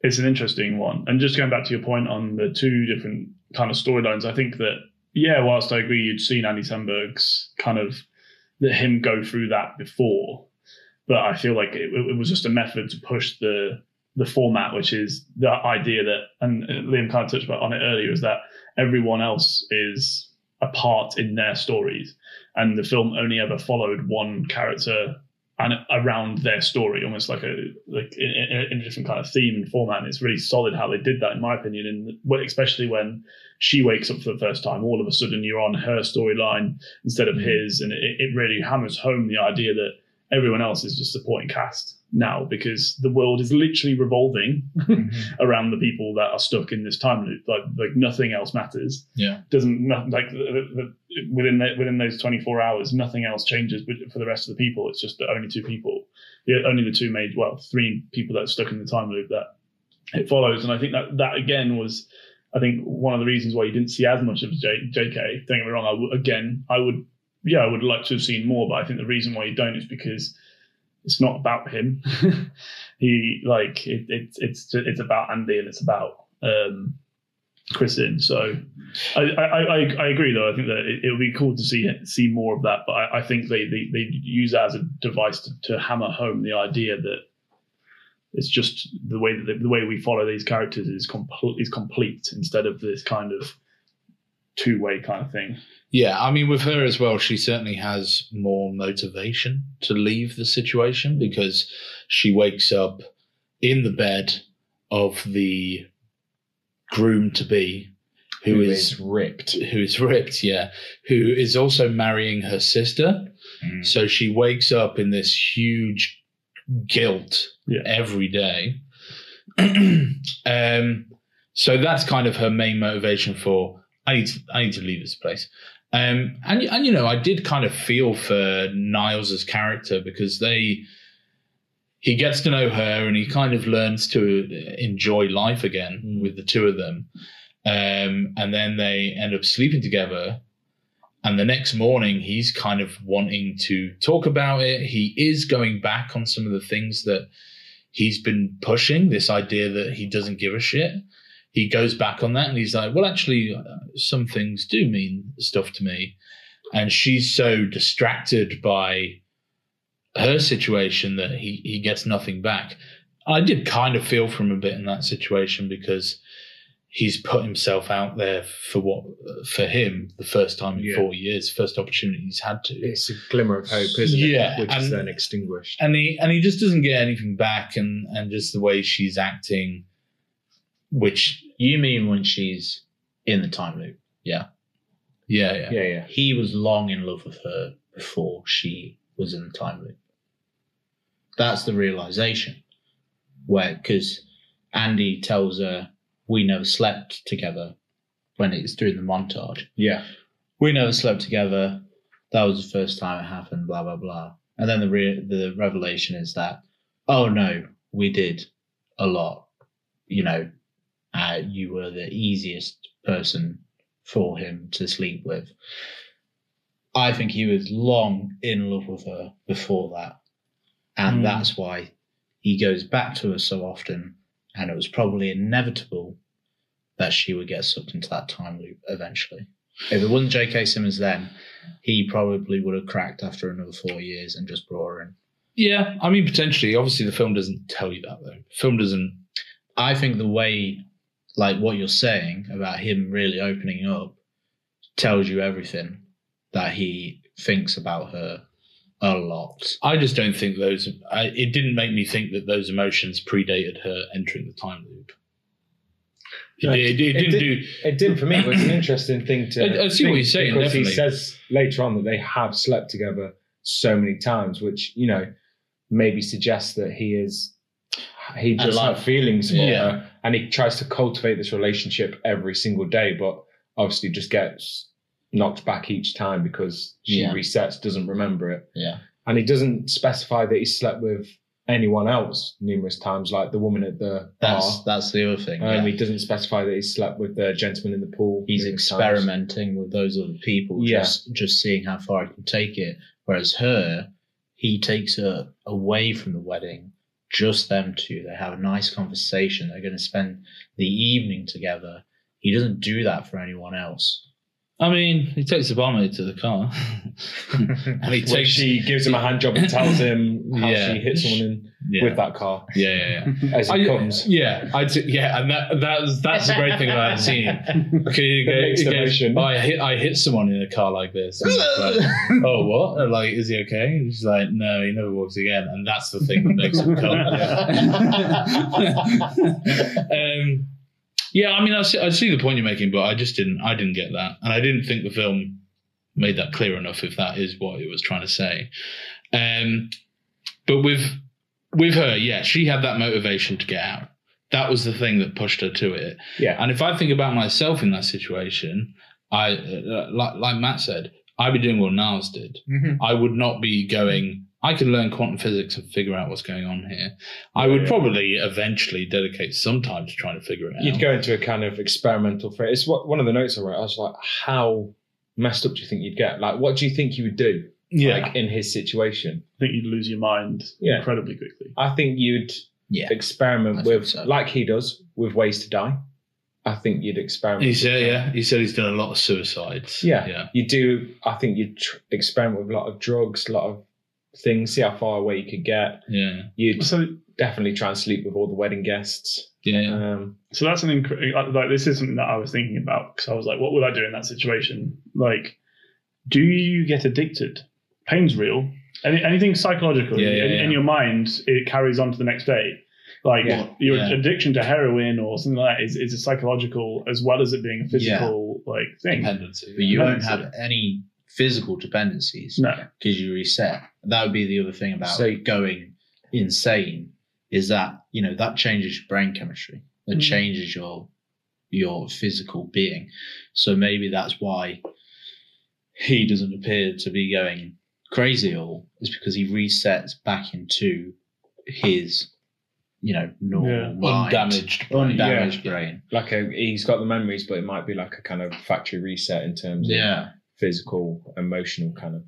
Speaker 2: it's an interesting one. And just going back to your point on the two different kind of storylines, I think that yeah, whilst I agree you'd seen Andy Sandberg's kind of that him go through that before, but I feel like it, it was just a method to push the the format, which is the idea that and Liam kind of touched on it earlier, is that everyone else is a part in their stories, and the film only ever followed one character and around their story, almost like a like in, in, in a different kind of theme and format. And it's really solid how they did that, in my opinion. And well, especially when she wakes up for the first time, all of a sudden you're on her storyline instead of his, and it, it really hammers home the idea that everyone else is just supporting cast now because the world is literally revolving
Speaker 4: Mm-hmm.
Speaker 2: around the people that are stuck in this time loop. Like like nothing else matters.
Speaker 4: Yeah.
Speaker 2: Doesn't no- like the, the, the- within the, within those 24 hours, nothing else changes. But for the rest of the people, it's just the only two people, the, only the two made well three people that are stuck in the time loop that it follows. And I think that that again was. I think one of the reasons why you didn't see as much of J- JK. Don't get me wrong. I w- again, I would, yeah, I would like to have seen more, but I think the reason why you don't is because it's not about him. [laughs] he like it, it, it's it's about Andy and it's about um, Kristen. So I, I I I agree though. I think that it, it would be cool to see see more of that. But I, I think they, they they use that as a device to, to hammer home the idea that it's just the way that the, the way we follow these characters is complete is complete instead of this kind of two way kind of thing.
Speaker 1: Yeah, I mean, with her as well, she certainly has more motivation to leave the situation because she wakes up in the bed of the groom to be,
Speaker 3: who is ripped.
Speaker 1: who is ripped, yeah, who is also marrying her sister.
Speaker 3: Mm.
Speaker 1: So she wakes up in this huge guilt
Speaker 2: Yeah.
Speaker 1: every day. [clears throat] um, so that's kind of her main motivation for I need to, I need to leave this place. Um, and and you know I did kind of feel for Niles's character because they he gets to know her and he kind of learns to enjoy life again with the two of them. Um, and then they end up sleeping together. And the next morning, he's kind of wanting to talk about it. He is going back on some of the things that he's been pushing this idea that he doesn't give a shit. He goes back on that and he's like, well, actually, uh, some things do mean stuff to me. And she's so distracted by her situation that he, he gets nothing back. I did kind of feel for him a bit in that situation because he's put himself out there for what for him the first time in
Speaker 3: Yeah.
Speaker 1: four years, first opportunity he's had to.
Speaker 3: It's a glimmer of hope, isn't
Speaker 1: Yeah,
Speaker 3: it? Which is
Speaker 1: and-
Speaker 3: then extinguished.
Speaker 1: and he and he just doesn't get anything back and and just the way she's acting which
Speaker 4: You mean when she's in the time loop?
Speaker 1: yeah yeah,
Speaker 3: yeah, yeah.
Speaker 4: He was long in love with her before she was in the time loop. That's the realization. Where, because Andy tells her, we never slept together when it's during the montage.
Speaker 3: Yeah.
Speaker 4: we never slept together. That was the first time it happened. Blah blah blah. And then the re- the revelation is that oh no, we did a lot. You know, uh, you were the easiest person for him to sleep with. I think he was long in love with her before that, and
Speaker 2: Mm.
Speaker 4: that's why he goes back to her so often. And it was probably inevitable that she would get sucked into that time loop eventually. If it wasn't J.K. Simmons then, he probably would have cracked after another four years and just brought her in.
Speaker 1: Yeah, i mean potentially obviously the film doesn't tell you that though film doesn't
Speaker 4: I think the way, like what you're saying about him really opening up, tells you everything that he thinks about her a lot.
Speaker 1: i just don't think those I, it didn't make me think that those emotions predated her entering the time loop it,
Speaker 3: No,
Speaker 1: it, it
Speaker 3: it
Speaker 1: didn't
Speaker 3: did-
Speaker 1: do
Speaker 3: It did for me. It was an interesting thing to.
Speaker 1: I- I see what
Speaker 3: think
Speaker 1: you're saying,
Speaker 3: because
Speaker 1: definitely.
Speaker 3: he says later on that they have slept together so many times, which you know maybe suggests that he is he does
Speaker 4: Alive.
Speaker 3: have feelings for
Speaker 1: Yeah.
Speaker 3: her, and he tries to cultivate this relationship every single day, but obviously just gets knocked back each time because she
Speaker 4: Yeah.
Speaker 3: resets, doesn't remember it,
Speaker 4: Yeah.
Speaker 3: and he doesn't specify that he slept with anyone else numerous times, like the woman at the bar.
Speaker 4: That's that's the other thing.
Speaker 3: Um,
Speaker 4: yeah.
Speaker 3: He doesn't specify that he slept with the gentleman in the pool.
Speaker 4: He's
Speaker 3: numerous times.
Speaker 4: experimenting with those other people,
Speaker 3: Yeah.
Speaker 4: just just seeing how far he can take it. Whereas her, he takes her away from the wedding just them two. They have a nice conversation. They're going to spend the evening together. He doesn't do that for anyone else.
Speaker 1: I mean, he takes Obama to the
Speaker 3: [laughs]
Speaker 1: car, and he
Speaker 3: Where
Speaker 1: takes
Speaker 3: she gives him a hand job and tells him how
Speaker 1: Yeah.
Speaker 3: she hit someone in,
Speaker 1: yeah,
Speaker 3: with that car
Speaker 1: yeah, yeah, yeah.
Speaker 3: as he
Speaker 1: I-
Speaker 3: comes.
Speaker 1: Yeah, I do, yeah, and that that's that's the great thing
Speaker 3: [laughs]
Speaker 1: about that scene. Okay, you
Speaker 3: The
Speaker 1: go-
Speaker 3: mixed
Speaker 1: you go,
Speaker 3: emotion.
Speaker 1: I hit I hit someone in a car like this. And it's
Speaker 3: [laughs]
Speaker 1: like, oh what? And like, is he okay? And she's like, no, he never walks again. And that's the thing that makes him
Speaker 3: [laughs]
Speaker 1: come. [laughs] um, yeah, I mean, I see, I see the point you're making, but I just didn't I didn't get that, and I didn't think the film made that clear enough. If that is what it was trying to say, um, but with with her, yeah, she had that motivation to get out. That was the thing that pushed her to it.
Speaker 3: Yeah.
Speaker 1: And if I think about myself in that situation, I uh, like like Matt said, I'd be doing what Niles did.
Speaker 2: Mm-hmm.
Speaker 1: I would not be going. I can learn quantum physics and figure out what's going on here. I would
Speaker 2: Yeah.
Speaker 1: probably eventually dedicate some time to trying to figure it out.
Speaker 3: You'd go into a kind of experimental phase. It's what one of the notes I wrote. I was like, how messed up do you think you'd get? Like, what do you think you would do? Like in his situation,
Speaker 2: I think you'd lose your mind
Speaker 3: Yeah.
Speaker 2: incredibly quickly.
Speaker 3: I think you'd
Speaker 4: Yeah. I
Speaker 3: experiment
Speaker 4: think
Speaker 3: with,
Speaker 4: so.
Speaker 3: like he does, with ways to die. I think you'd experiment.
Speaker 1: he said, yeah, he said he's done a lot of suicides.
Speaker 3: Yeah.
Speaker 1: yeah,
Speaker 3: You do. I think you tr- experiment with a lot of drugs, a lot of things. See how far away you could get.
Speaker 1: yeah,
Speaker 3: You'd
Speaker 2: So
Speaker 3: definitely try and sleep with all the wedding guests.
Speaker 1: yeah. yeah.
Speaker 3: Um,
Speaker 2: So that's an incre- like- like this is something that I was thinking about because I was like, what would I do in that situation? Like, do you get addicted? Pain's real. Any, anything psychological
Speaker 1: Yeah, yeah,
Speaker 2: in,
Speaker 1: yeah.
Speaker 2: in your mind, it carries on to the next day. Like
Speaker 3: Yeah.
Speaker 2: your
Speaker 1: Yeah.
Speaker 2: addiction to heroin or something like that is, is a psychological as well as it being a physical like thing.
Speaker 1: Dependency.
Speaker 4: But you
Speaker 2: No,
Speaker 4: won't
Speaker 2: it's-
Speaker 4: have any physical dependencies
Speaker 2: No,
Speaker 4: because you reset. That would be the other thing about
Speaker 3: So-
Speaker 4: going insane is that you know that changes your brain chemistry. That
Speaker 2: Mm.
Speaker 4: changes your your physical being. So maybe that's why he doesn't appear to be going crazy at all. Is because he resets back into his you know normal
Speaker 2: Yeah.
Speaker 4: mind,
Speaker 1: Undamaged,
Speaker 4: undamaged brain.
Speaker 3: like a, he's got the memories, but it might be like a kind of factory reset in terms of
Speaker 4: Yeah.
Speaker 3: physical, emotional kind of.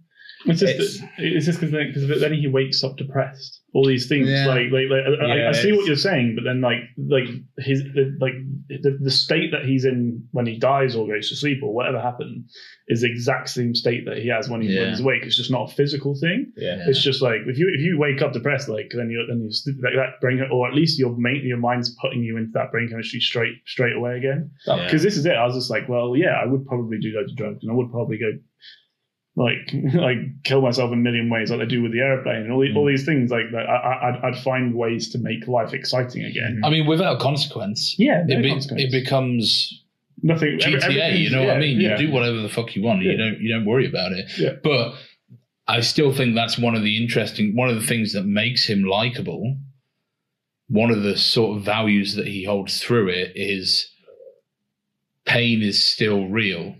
Speaker 2: it's just
Speaker 3: It's-
Speaker 2: it's just because then, 'cause then he wakes up depressed. All these things
Speaker 4: Yeah.
Speaker 2: like like, like I- I, I
Speaker 3: Yeah,
Speaker 2: see what
Speaker 3: it's-
Speaker 2: you're saying, but then like like his the, like the, the state that he's in when he dies or goes to sleep or whatever happened is the exact same state that he has when, he,
Speaker 4: Yeah.
Speaker 2: when he's awake. It's just not a physical thing.
Speaker 3: Yeah.
Speaker 2: It's just like if you if you wake up depressed, like then you then you like that brain or at least your main your mind's putting you into that brain chemistry straight straight away again
Speaker 4: Yeah.
Speaker 2: because this is it. I was just like, well, yeah, I would probably do loads of drugs, and I would probably go like [laughs] like kill myself in a million ways, like they do with the airplane and all these, all
Speaker 1: Mm.
Speaker 2: these things. Like, that I, I, I'd, I'd find ways to make life exciting again.
Speaker 1: I mean, without consequence,
Speaker 2: Yeah, no
Speaker 1: it, Mm-hmm. be,
Speaker 2: consequence.
Speaker 1: it becomes
Speaker 2: nothing. every-
Speaker 1: GTA.
Speaker 2: everything's-
Speaker 1: You know what
Speaker 2: yeah,
Speaker 1: I mean? You
Speaker 2: yeah.
Speaker 1: do whatever the fuck you want. You
Speaker 2: Yeah.
Speaker 1: don't you don't worry about it.
Speaker 2: Yeah.
Speaker 1: But I still think that's one of the interesting one of the things that makes him likable. One of the sort of values that he holds through it is pain is still real.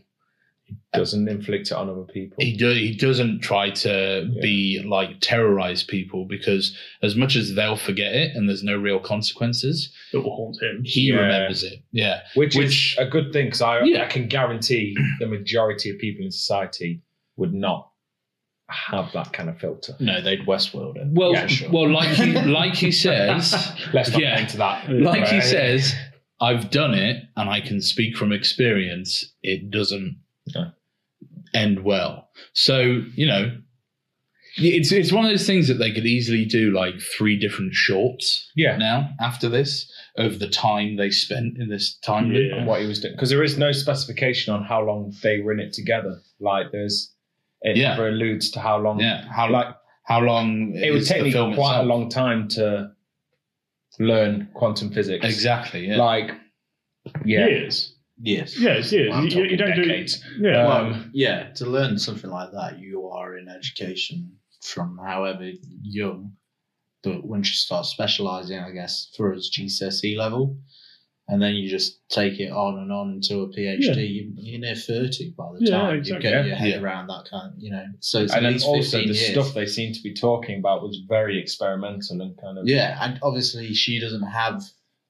Speaker 3: Doesn't inflict it on other people.
Speaker 1: He do, he doesn't try to
Speaker 3: Yeah.
Speaker 1: be like terrorize people because as much as they'll forget it and there's no real consequences,
Speaker 2: It will haunt him.
Speaker 1: he
Speaker 3: Yeah.
Speaker 1: remembers it. Yeah.
Speaker 3: which,
Speaker 1: Which-
Speaker 3: is a good thing because I,
Speaker 1: Yeah.
Speaker 3: I can guarantee the majority of people in society would not have that kind of filter.
Speaker 4: No, they'd Westworld it.
Speaker 1: Well,
Speaker 3: Yeah, sure.
Speaker 1: well, like he, like he
Speaker 2: [laughs]
Speaker 1: says,
Speaker 3: Let's not
Speaker 1: Yeah.
Speaker 3: get into that.
Speaker 1: like he
Speaker 3: Right.
Speaker 1: says, I've done it and I can speak from experience. It doesn't
Speaker 3: No.
Speaker 1: end well. So, you know, it's it's one of those things that they could easily do like three different shorts
Speaker 3: Yeah.
Speaker 1: now after this of the time they spent in this time loop.
Speaker 2: Yeah.
Speaker 3: and what he was doing because there is no specification on how long they were in it together. Like there's, it
Speaker 1: Yeah.
Speaker 3: never alludes to how long.
Speaker 1: Yeah. How long
Speaker 3: Like
Speaker 1: how long
Speaker 3: it would
Speaker 1: is
Speaker 3: take
Speaker 1: the
Speaker 3: me quite
Speaker 1: film
Speaker 3: a
Speaker 1: itself?
Speaker 3: long time to learn quantum physics.
Speaker 1: Exactly. Yeah.
Speaker 3: Like, yeah,
Speaker 2: Years.
Speaker 4: Yes.
Speaker 2: Yes, years.
Speaker 3: Well, I'm
Speaker 2: You- you, you
Speaker 3: talking
Speaker 2: don't
Speaker 3: decades.
Speaker 2: do. Yeah.
Speaker 3: Uh,
Speaker 4: well, yeah, to learn something like that, you are in education from however young. But once you start specialising, I guess, for us GCSE E level, and then you just take it on and on until a PhD,
Speaker 2: Yeah.
Speaker 4: you, you're near 30 by the
Speaker 2: Yeah,
Speaker 4: time
Speaker 2: exactly.
Speaker 4: you get
Speaker 3: Yeah.
Speaker 4: your head
Speaker 1: Yeah.
Speaker 4: around that kind you know. So it's
Speaker 3: and
Speaker 4: at
Speaker 3: then
Speaker 4: least
Speaker 3: also
Speaker 4: 15
Speaker 3: the
Speaker 4: years.
Speaker 3: stuff they seem to be talking about was very experimental and kind of
Speaker 4: yeah, and obviously she doesn't have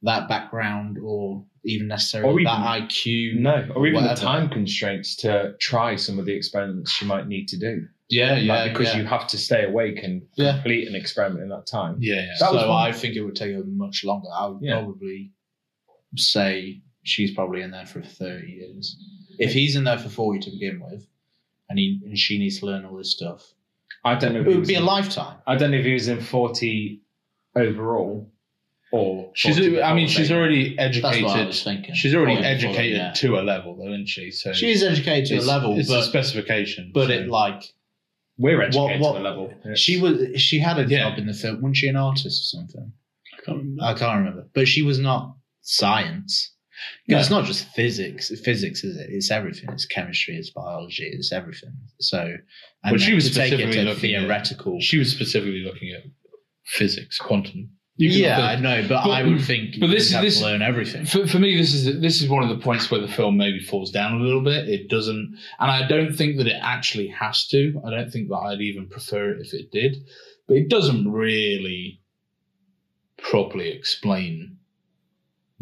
Speaker 4: that background or even necessarily
Speaker 3: Or even-
Speaker 4: that IQ.
Speaker 3: No, or even
Speaker 4: Whatever.
Speaker 3: the time constraints to try some of the experiments you might need to do.
Speaker 4: Yeah,
Speaker 3: Like,
Speaker 4: yeah,
Speaker 3: because
Speaker 4: yeah.
Speaker 3: you have to stay awake and
Speaker 4: Yeah.
Speaker 3: complete an experiment in that time.
Speaker 4: Yeah, yeah.
Speaker 3: That was
Speaker 4: so
Speaker 3: one-
Speaker 4: I think it would take her much longer. I would
Speaker 3: Yeah.
Speaker 4: probably say she's probably in there for 30 years. If he's in there for 40 to begin with, and, he, and she needs to learn all this stuff,
Speaker 3: I don't know.
Speaker 4: it
Speaker 3: If he
Speaker 4: would
Speaker 3: was
Speaker 4: be a
Speaker 3: in,
Speaker 4: lifetime.
Speaker 3: I don't know if he was in forty overall or
Speaker 1: She's,
Speaker 3: 40
Speaker 1: I mean,
Speaker 3: before
Speaker 1: she's
Speaker 3: they-
Speaker 1: already
Speaker 4: That's what I
Speaker 1: educated.
Speaker 4: was thinking.
Speaker 1: She's already
Speaker 4: Forty, forty,
Speaker 1: educated
Speaker 4: yeah.
Speaker 1: to a level, though, isn't she? So
Speaker 4: She is educated to a
Speaker 1: it's-
Speaker 4: level,
Speaker 1: It's a
Speaker 4: but,
Speaker 1: specification.
Speaker 4: but
Speaker 1: so-
Speaker 4: it like
Speaker 3: we're
Speaker 4: what-
Speaker 3: educated
Speaker 4: what-
Speaker 3: to the level.
Speaker 4: she was she had a
Speaker 1: Yeah.
Speaker 4: job in the film, wasn't she an artist or something?
Speaker 2: I can't remember.
Speaker 4: I can't remember. But she was not science. 'Cause It's not just physics. Physics is it? It's everything. It's chemistry. It's biology. It's everything. So, and
Speaker 1: But she was
Speaker 4: to take it
Speaker 1: specifically
Speaker 4: to
Speaker 1: looking at-
Speaker 4: theoretical.
Speaker 1: she was specifically looking at physics, quantum. You can-
Speaker 4: yeah, I know, but,
Speaker 1: but-
Speaker 4: I would think.
Speaker 1: but
Speaker 4: But
Speaker 1: this
Speaker 4: this
Speaker 1: is-
Speaker 4: you have
Speaker 1: this-
Speaker 4: to learn everything.
Speaker 1: For, for me, this is this is one of the points where the film maybe falls down a little bit. It doesn't, and I don't think that it actually has to. I don't think that I'd even prefer it if it did, but it doesn't really properly explain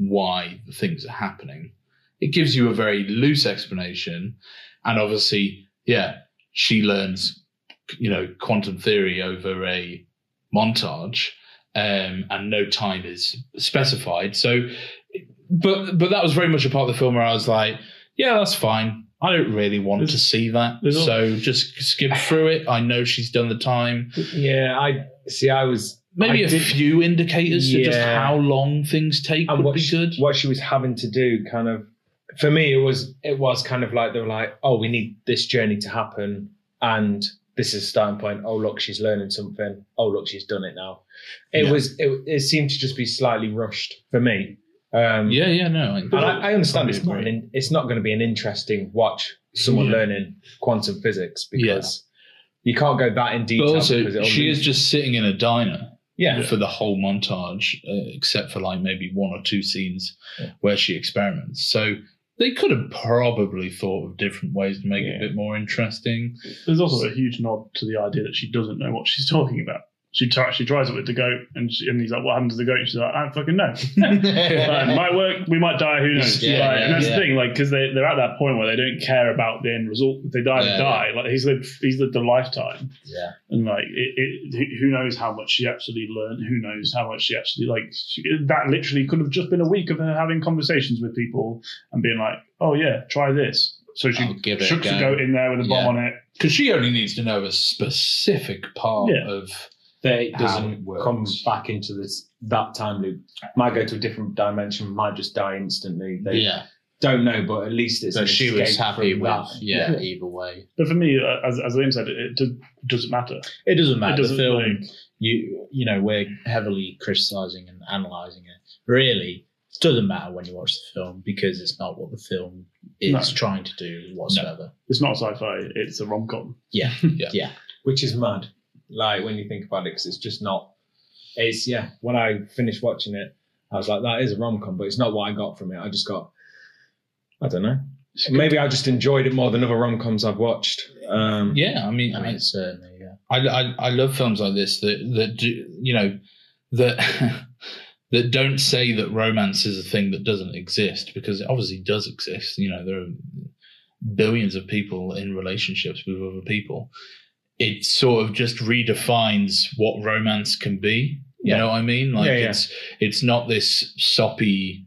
Speaker 1: why the things are happening. It gives you a very loose explanation, and obviously, yeah, she learns, you know, quantum theory over a montage, um, and no time is specified. So but but that was very much a part of the film where I was like, yeah, that's fine. I don't really want
Speaker 2: There's-
Speaker 1: to see that,
Speaker 2: there's al-
Speaker 1: so just skip through it. I know she's done the time.
Speaker 3: yeah, I see. I was
Speaker 1: Maybe
Speaker 3: I
Speaker 1: a
Speaker 3: did-
Speaker 1: few indicators to just
Speaker 3: Yeah.
Speaker 1: how long things take
Speaker 3: and
Speaker 1: would
Speaker 3: what
Speaker 1: be
Speaker 3: she,
Speaker 1: good.
Speaker 3: what she was having to do kind of for me it was it was kind of like they were like oh we need this journey to happen and this is a starting point oh look she's learning something oh look she's done it now it
Speaker 1: Yeah.
Speaker 3: was it, it seemed to just be slightly rushed for me um
Speaker 1: yeah, yeah, no. I-
Speaker 3: and I, I understand it's not,
Speaker 1: Probably
Speaker 3: an, in- it's not going to be an interesting watch someone
Speaker 1: Yeah.
Speaker 3: learning quantum physics because you can't go that in
Speaker 1: But
Speaker 3: detail because
Speaker 1: also,
Speaker 3: it'll
Speaker 1: she
Speaker 3: lead-
Speaker 1: is just sitting in a diner
Speaker 3: yeah
Speaker 1: for the whole montage, uh, except for like maybe one or two scenes
Speaker 3: Yeah.
Speaker 1: where she experiments. So they could have probably thought of different ways to make it
Speaker 3: Yeah.
Speaker 1: a bit more interesting.
Speaker 3: [laughs]
Speaker 1: [laughs]
Speaker 2: There's also a huge nod to the idea that she doesn't know what she's talking about. She t- she tries it with the goat, and she, and he's like, "What happened to the goat?" She's like, "I don't fucking know.
Speaker 1: [laughs]
Speaker 2: Like, it might work, we might die. Who knows?"
Speaker 4: Yeah,
Speaker 2: Like, and
Speaker 4: yeah,
Speaker 2: that's
Speaker 4: yeah.
Speaker 2: the thing, like, because they they're at that point where they don't care about the end result. If they die,
Speaker 4: Yeah,
Speaker 2: they die. Like he's lived he's lived a lifetime,
Speaker 4: yeah,
Speaker 2: and like it, it, who- who knows how much she actually learned? Who knows how much she actually like? She, that literally could have just been a week of her having conversations with people and being like, "Oh yeah, try this." So she
Speaker 4: I'll give it a
Speaker 2: shooks the
Speaker 4: go.
Speaker 2: goat in there with a bomb
Speaker 4: Yeah.
Speaker 2: on it.
Speaker 1: Because she only needs to know a specific part
Speaker 2: Yeah.
Speaker 1: of.
Speaker 3: that it
Speaker 1: how
Speaker 3: doesn't
Speaker 1: it works.
Speaker 3: come back into this that time loop. Might go to a different dimension, might just die instantly. They
Speaker 4: yeah.
Speaker 3: don't know, but at least it's
Speaker 4: So
Speaker 3: an
Speaker 4: she was
Speaker 3: escape
Speaker 4: happy
Speaker 3: from
Speaker 4: with
Speaker 3: that.
Speaker 4: yeah, Either way,
Speaker 2: But for me, uh, as, as Liam said, it, it does, doesn't matter.
Speaker 4: it doesn't matter.
Speaker 2: It doesn't
Speaker 4: the film,
Speaker 2: like,
Speaker 4: you you know, we're heavily criticizing and analyzing it. Really, it doesn't matter when you watch the film because it's not what the film is
Speaker 2: No.
Speaker 4: trying to do whatsoever.
Speaker 2: it's not sci-fi. It's a rom com.
Speaker 4: Yeah,
Speaker 1: Yeah.
Speaker 4: yeah.
Speaker 3: which is mad. Like when you think about it, because it's just not. It's yeah. When I finished watching it, I was like, that is a rom com, but it's not what I got from it. I just got. I don't know. Maybe I just enjoyed it more than other rom coms I've watched. Um,
Speaker 1: Yeah, I mean,
Speaker 4: I
Speaker 1: I,
Speaker 4: mean, certainly, yeah.
Speaker 1: I, I, I love films like this that that do, you know that [laughs] that don't say that romance is a thing that doesn't exist because it obviously does exist. You know, there are billions of people in relationships with other people. It sort of just redefines what romance can be. You
Speaker 3: Yeah.
Speaker 1: know what I mean? Like
Speaker 3: Yeah, yeah.
Speaker 1: it's it's not this soppy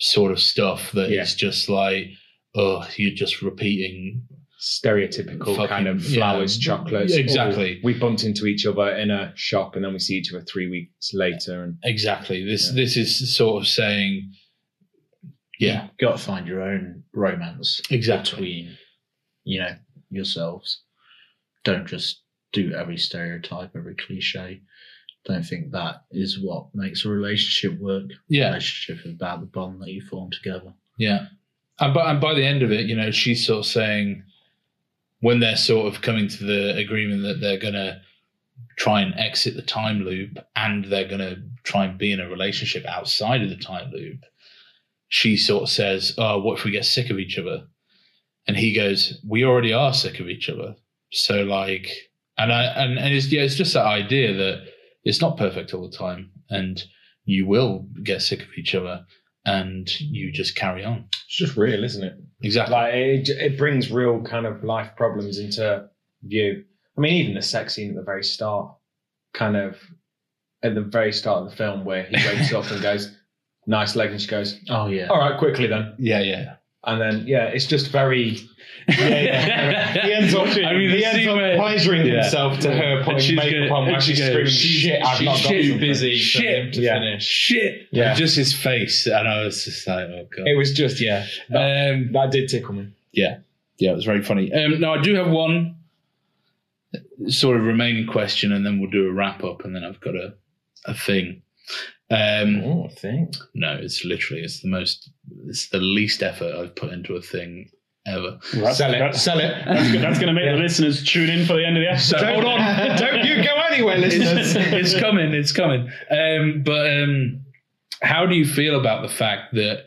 Speaker 1: sort of stuff that is
Speaker 3: Yeah.
Speaker 1: just like oh you're just repeating
Speaker 3: stereotypical
Speaker 1: Fucking-
Speaker 3: kind of
Speaker 1: yeah.
Speaker 3: flowers, chocolates.
Speaker 1: Yeah, exactly.
Speaker 3: Oh, we bumped into each other in a shop and then we see each other three weeks later. And
Speaker 1: Exactly. This
Speaker 3: Yeah.
Speaker 1: this is sort of saying, yeah,
Speaker 4: you got to find your own romance between, you know, yourselves. Don't just do every stereotype, every cliche. Don't think that is what makes a relationship work.
Speaker 1: yeah,
Speaker 4: Relationship is about the bond that you form together.
Speaker 1: yeah. And by and by the end of it, you know, she's sort of saying, when they're sort of coming to the agreement that they're gonna try and exit the time loop and they're gonna try and be in a relationship outside of the time loop, she sort of says, "Oh, what if we get sick of each other?" And he goes, "We already are sick of each other." So like, and I and and it's yeah, it's just that idea that it's not perfect all the time, and
Speaker 4: you will get sick of each other and you just carry on.
Speaker 3: It's just real, isn't it?
Speaker 4: Exactly.
Speaker 3: Like it, it brings real kind of life problems into view. I mean, even the sex scene at the very start, kind of at the very start of the film, where he wakes up and goes, "Nice leg," and she goes,
Speaker 4: oh, yeah.
Speaker 3: "All right, quickly then."
Speaker 4: Yeah, yeah.
Speaker 3: And then yeah, it's just very. [laughs] Yeah, yeah. he ends
Speaker 1: [laughs]
Speaker 3: up.
Speaker 1: I mean, the
Speaker 3: he ends
Speaker 1: scene
Speaker 3: up
Speaker 1: where-
Speaker 3: pleasuring
Speaker 1: Yeah.
Speaker 3: himself to her putting
Speaker 1: she's
Speaker 3: makeup
Speaker 1: gonna-
Speaker 3: on while
Speaker 1: and she
Speaker 3: she's
Speaker 1: goes,
Speaker 3: screaming,
Speaker 1: "She's-
Speaker 3: "Shit, I've
Speaker 1: she's
Speaker 3: not got
Speaker 1: too
Speaker 3: something."
Speaker 4: busy for
Speaker 1: Shit.
Speaker 4: him to
Speaker 3: Yeah.
Speaker 4: finish.
Speaker 1: Shit.
Speaker 3: Yeah,
Speaker 4: Just his face. And I was just like, oh, God.
Speaker 3: it was just yeah. That,
Speaker 1: Um,
Speaker 3: that did tickle me.
Speaker 1: yeah, it was very funny. Um, now I do have one sort of remaining question, and then we'll do a wrap up, and then I've got a a thing. Um,
Speaker 3: Oh, I think.
Speaker 1: no, it's literally it's the most it's the least effort I've put into a thing ever.
Speaker 2: That's,
Speaker 3: sell it,
Speaker 2: that's-
Speaker 3: sell it.
Speaker 2: that's go- that's going to make the listeners tune in for the end of the episode.
Speaker 3: Don't-
Speaker 1: hold on.
Speaker 3: [laughs] don't you go anywhere,
Speaker 1: It's, [laughs]
Speaker 3: listeners.
Speaker 1: it's coming, it's coming. Um, but um, how do you feel about the fact that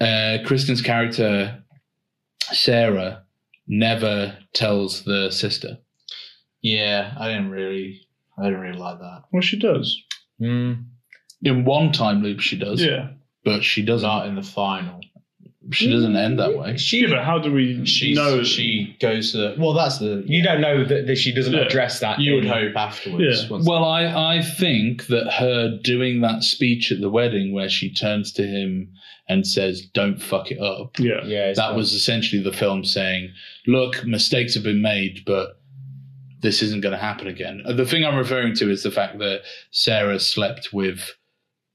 Speaker 1: uh, Kristen's character Sarah never tells the sister?
Speaker 4: Yeah, I didn't really, I didn't really like that.
Speaker 2: Well, she does.
Speaker 3: Mm.
Speaker 1: In one time loop, she does,
Speaker 2: Yeah.
Speaker 1: but she
Speaker 4: Does
Speaker 1: doesn't.
Speaker 4: art in the final.
Speaker 1: She doesn't end that way.
Speaker 3: She,
Speaker 2: Yeah, but how do we
Speaker 4: She's,
Speaker 2: know?
Speaker 4: she goes to. The, well, that's the.
Speaker 3: you don't know that, that she doesn't
Speaker 2: Yeah.
Speaker 3: address that.
Speaker 4: You would
Speaker 3: in-
Speaker 4: hope afterwards.
Speaker 2: Yeah.
Speaker 4: once-
Speaker 1: Well, I, I think that her doing that speech at the wedding where she turns to him and says, Don't fuck it up,
Speaker 2: yeah.
Speaker 3: Yeah, it's
Speaker 1: that
Speaker 3: not-
Speaker 1: was essentially the film saying, Look, mistakes have been made, but this isn't going to happen again. Uh, The thing I'm referring to is the fact that Sarah slept with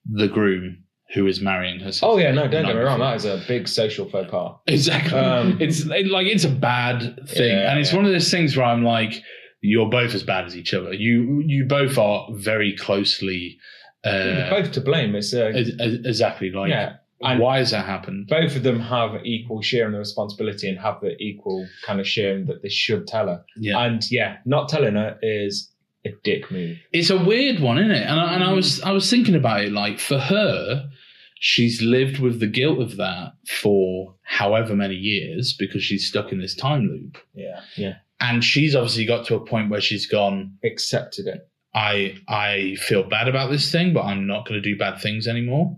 Speaker 1: the groom who is marrying her sister.
Speaker 3: Oh yeah, no,
Speaker 1: the
Speaker 3: don't
Speaker 1: night
Speaker 3: get me wrong.
Speaker 1: before.
Speaker 3: That is a big social faux pas.
Speaker 1: Exactly.
Speaker 3: Um,
Speaker 1: [laughs] it's it, like it's a bad thing,
Speaker 3: Yeah,
Speaker 1: and it's
Speaker 3: yeah.
Speaker 1: one of those things where I'm like, you're both as bad as each other. You you both are very closely.
Speaker 3: They're
Speaker 1: Uh,
Speaker 3: both to blame. It's uh,
Speaker 1: ex- ex- exactly. Like,
Speaker 3: yeah, and-
Speaker 1: why has that happened?
Speaker 3: both of them have equal share in the responsibility and have the equal kind of share in that they should tell her.
Speaker 1: Yeah,
Speaker 3: And yeah, not telling her is a dick move.
Speaker 1: it's a weird one, isn't it? And I, and I was I was thinking about it. Like for her, she's lived with the guilt of that for however many years because she's stuck in this time loop,
Speaker 3: Yeah, yeah,
Speaker 1: and she's obviously got to a point where she's gone.
Speaker 3: accepted it.
Speaker 1: I I feel bad about this thing, but I'm not going to do bad things anymore.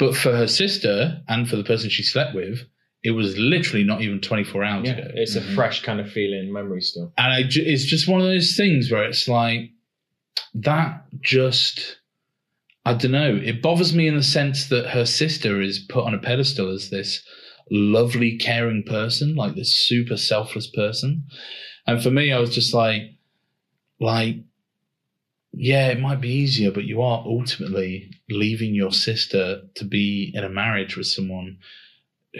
Speaker 1: But for her sister and for the person she slept with, it was literally not even 24 hours
Speaker 3: Yeah,
Speaker 1: ago.
Speaker 3: it's
Speaker 4: Mhm.
Speaker 3: a fresh kind of feeling, memory still.
Speaker 1: And I ju- it's just one of those things where it's like that just I don't know. It bothers me in the sense that her sister is put on a pedestal as this lovely, caring person, like this super selfless person. And for me, I was just like, like, yeah, it might be easier, but you are ultimately leaving your sister to be in a marriage with someone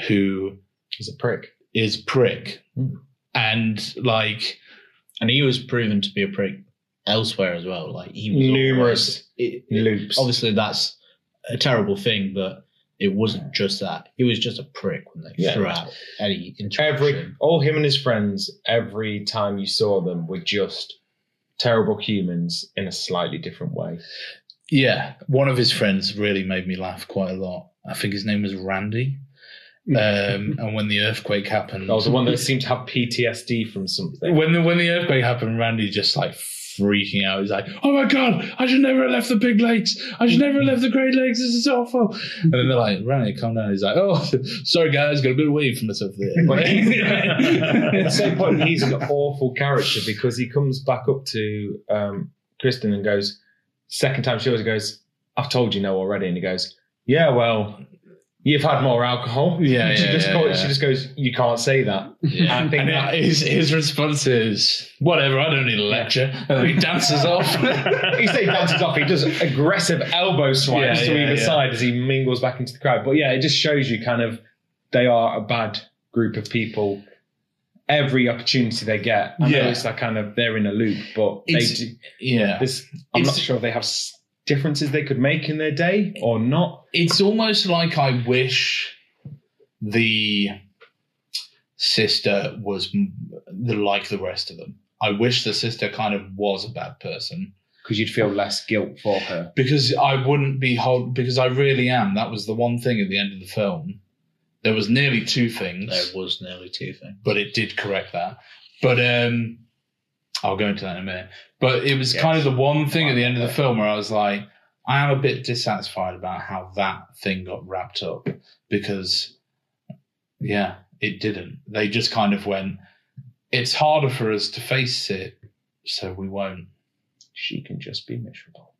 Speaker 1: who
Speaker 3: He's a prick.
Speaker 1: is prick.
Speaker 3: Mm.
Speaker 1: And like,
Speaker 4: and he was proven to be a prick elsewhere as well. Like he was
Speaker 3: Numerous
Speaker 4: always- it- it-
Speaker 3: Loops.
Speaker 4: obviously, that's a terrible thing, but it wasn't just that. He was just a prick when they
Speaker 3: Yeah.
Speaker 4: threw out any
Speaker 3: Every
Speaker 4: interaction.
Speaker 3: all him and his friends, every time you saw them, were just terrible humans in a slightly different way.
Speaker 1: yeah, one of his friends really made me laugh quite a lot. I think his name was Randy.
Speaker 3: Hmm.
Speaker 1: Um, and when the earthquake happened,
Speaker 3: That was the one
Speaker 1: [laughs]
Speaker 3: that seemed to have PTSD from something.
Speaker 1: when the when the earthquake happened, Randy just like freaking out. He's like, "Oh my god, I should never have left the Big Lakes. I should never have left the Great Lakes. This is awful." And then they're like, "Randy, calm down." He's like, "Oh, [laughs] sorry guys, got a bit of weed for myself
Speaker 2: [laughs] But-
Speaker 1: there."
Speaker 3: At the
Speaker 1: [laughs]
Speaker 3: same point, he's an awful character because he comes back up to um, Kristen and goes, second time she always goes, I've told you no already. And he goes, Yeah, well, you've had more alcohol.
Speaker 1: Yeah,
Speaker 3: And [laughs] she,
Speaker 1: yeah,
Speaker 3: just
Speaker 1: yeah,
Speaker 3: call-
Speaker 1: yeah.
Speaker 3: she just goes, You can't say that.
Speaker 1: Yeah.
Speaker 3: I think
Speaker 1: [laughs] And
Speaker 3: that-
Speaker 1: it- his his response is, "Whatever, I don't need a lecture." And then [laughs] he dances off.
Speaker 3: [laughs] He still dances off. He does aggressive elbow swipes
Speaker 1: Yeah,
Speaker 3: to
Speaker 1: yeah,
Speaker 3: either
Speaker 1: yeah.
Speaker 3: side as he mingles back into the crowd. But yeah, it just shows you kind of they are a bad group of people. Every opportunity they get, I
Speaker 1: Yeah.
Speaker 3: know it's that kind of they're in a loop, but
Speaker 1: It's-
Speaker 3: they do,
Speaker 1: yeah,
Speaker 3: This, I'm
Speaker 1: It's-
Speaker 3: not sure if they have s- differences they could make in their day or not.
Speaker 1: it's almost like I wish the sister was m- the, like the rest of them. I wish the sister kind of was a bad person
Speaker 3: Because you'd feel less guilt for her.
Speaker 1: because I wouldn't be hold because I really am. That was the one thing at the end of the film. There was nearly two things,
Speaker 4: There was nearly two things.
Speaker 1: but it did correct that. But um, I'll go into that in a minute. But it was
Speaker 3: Yes.
Speaker 1: kind of the one thing at the end of the film where I was like, I am a bit dissatisfied about how that thing got wrapped up because, yeah, it didn't. They just kind of went, it's harder for us to face it, so we won't.
Speaker 3: She can just be miserable.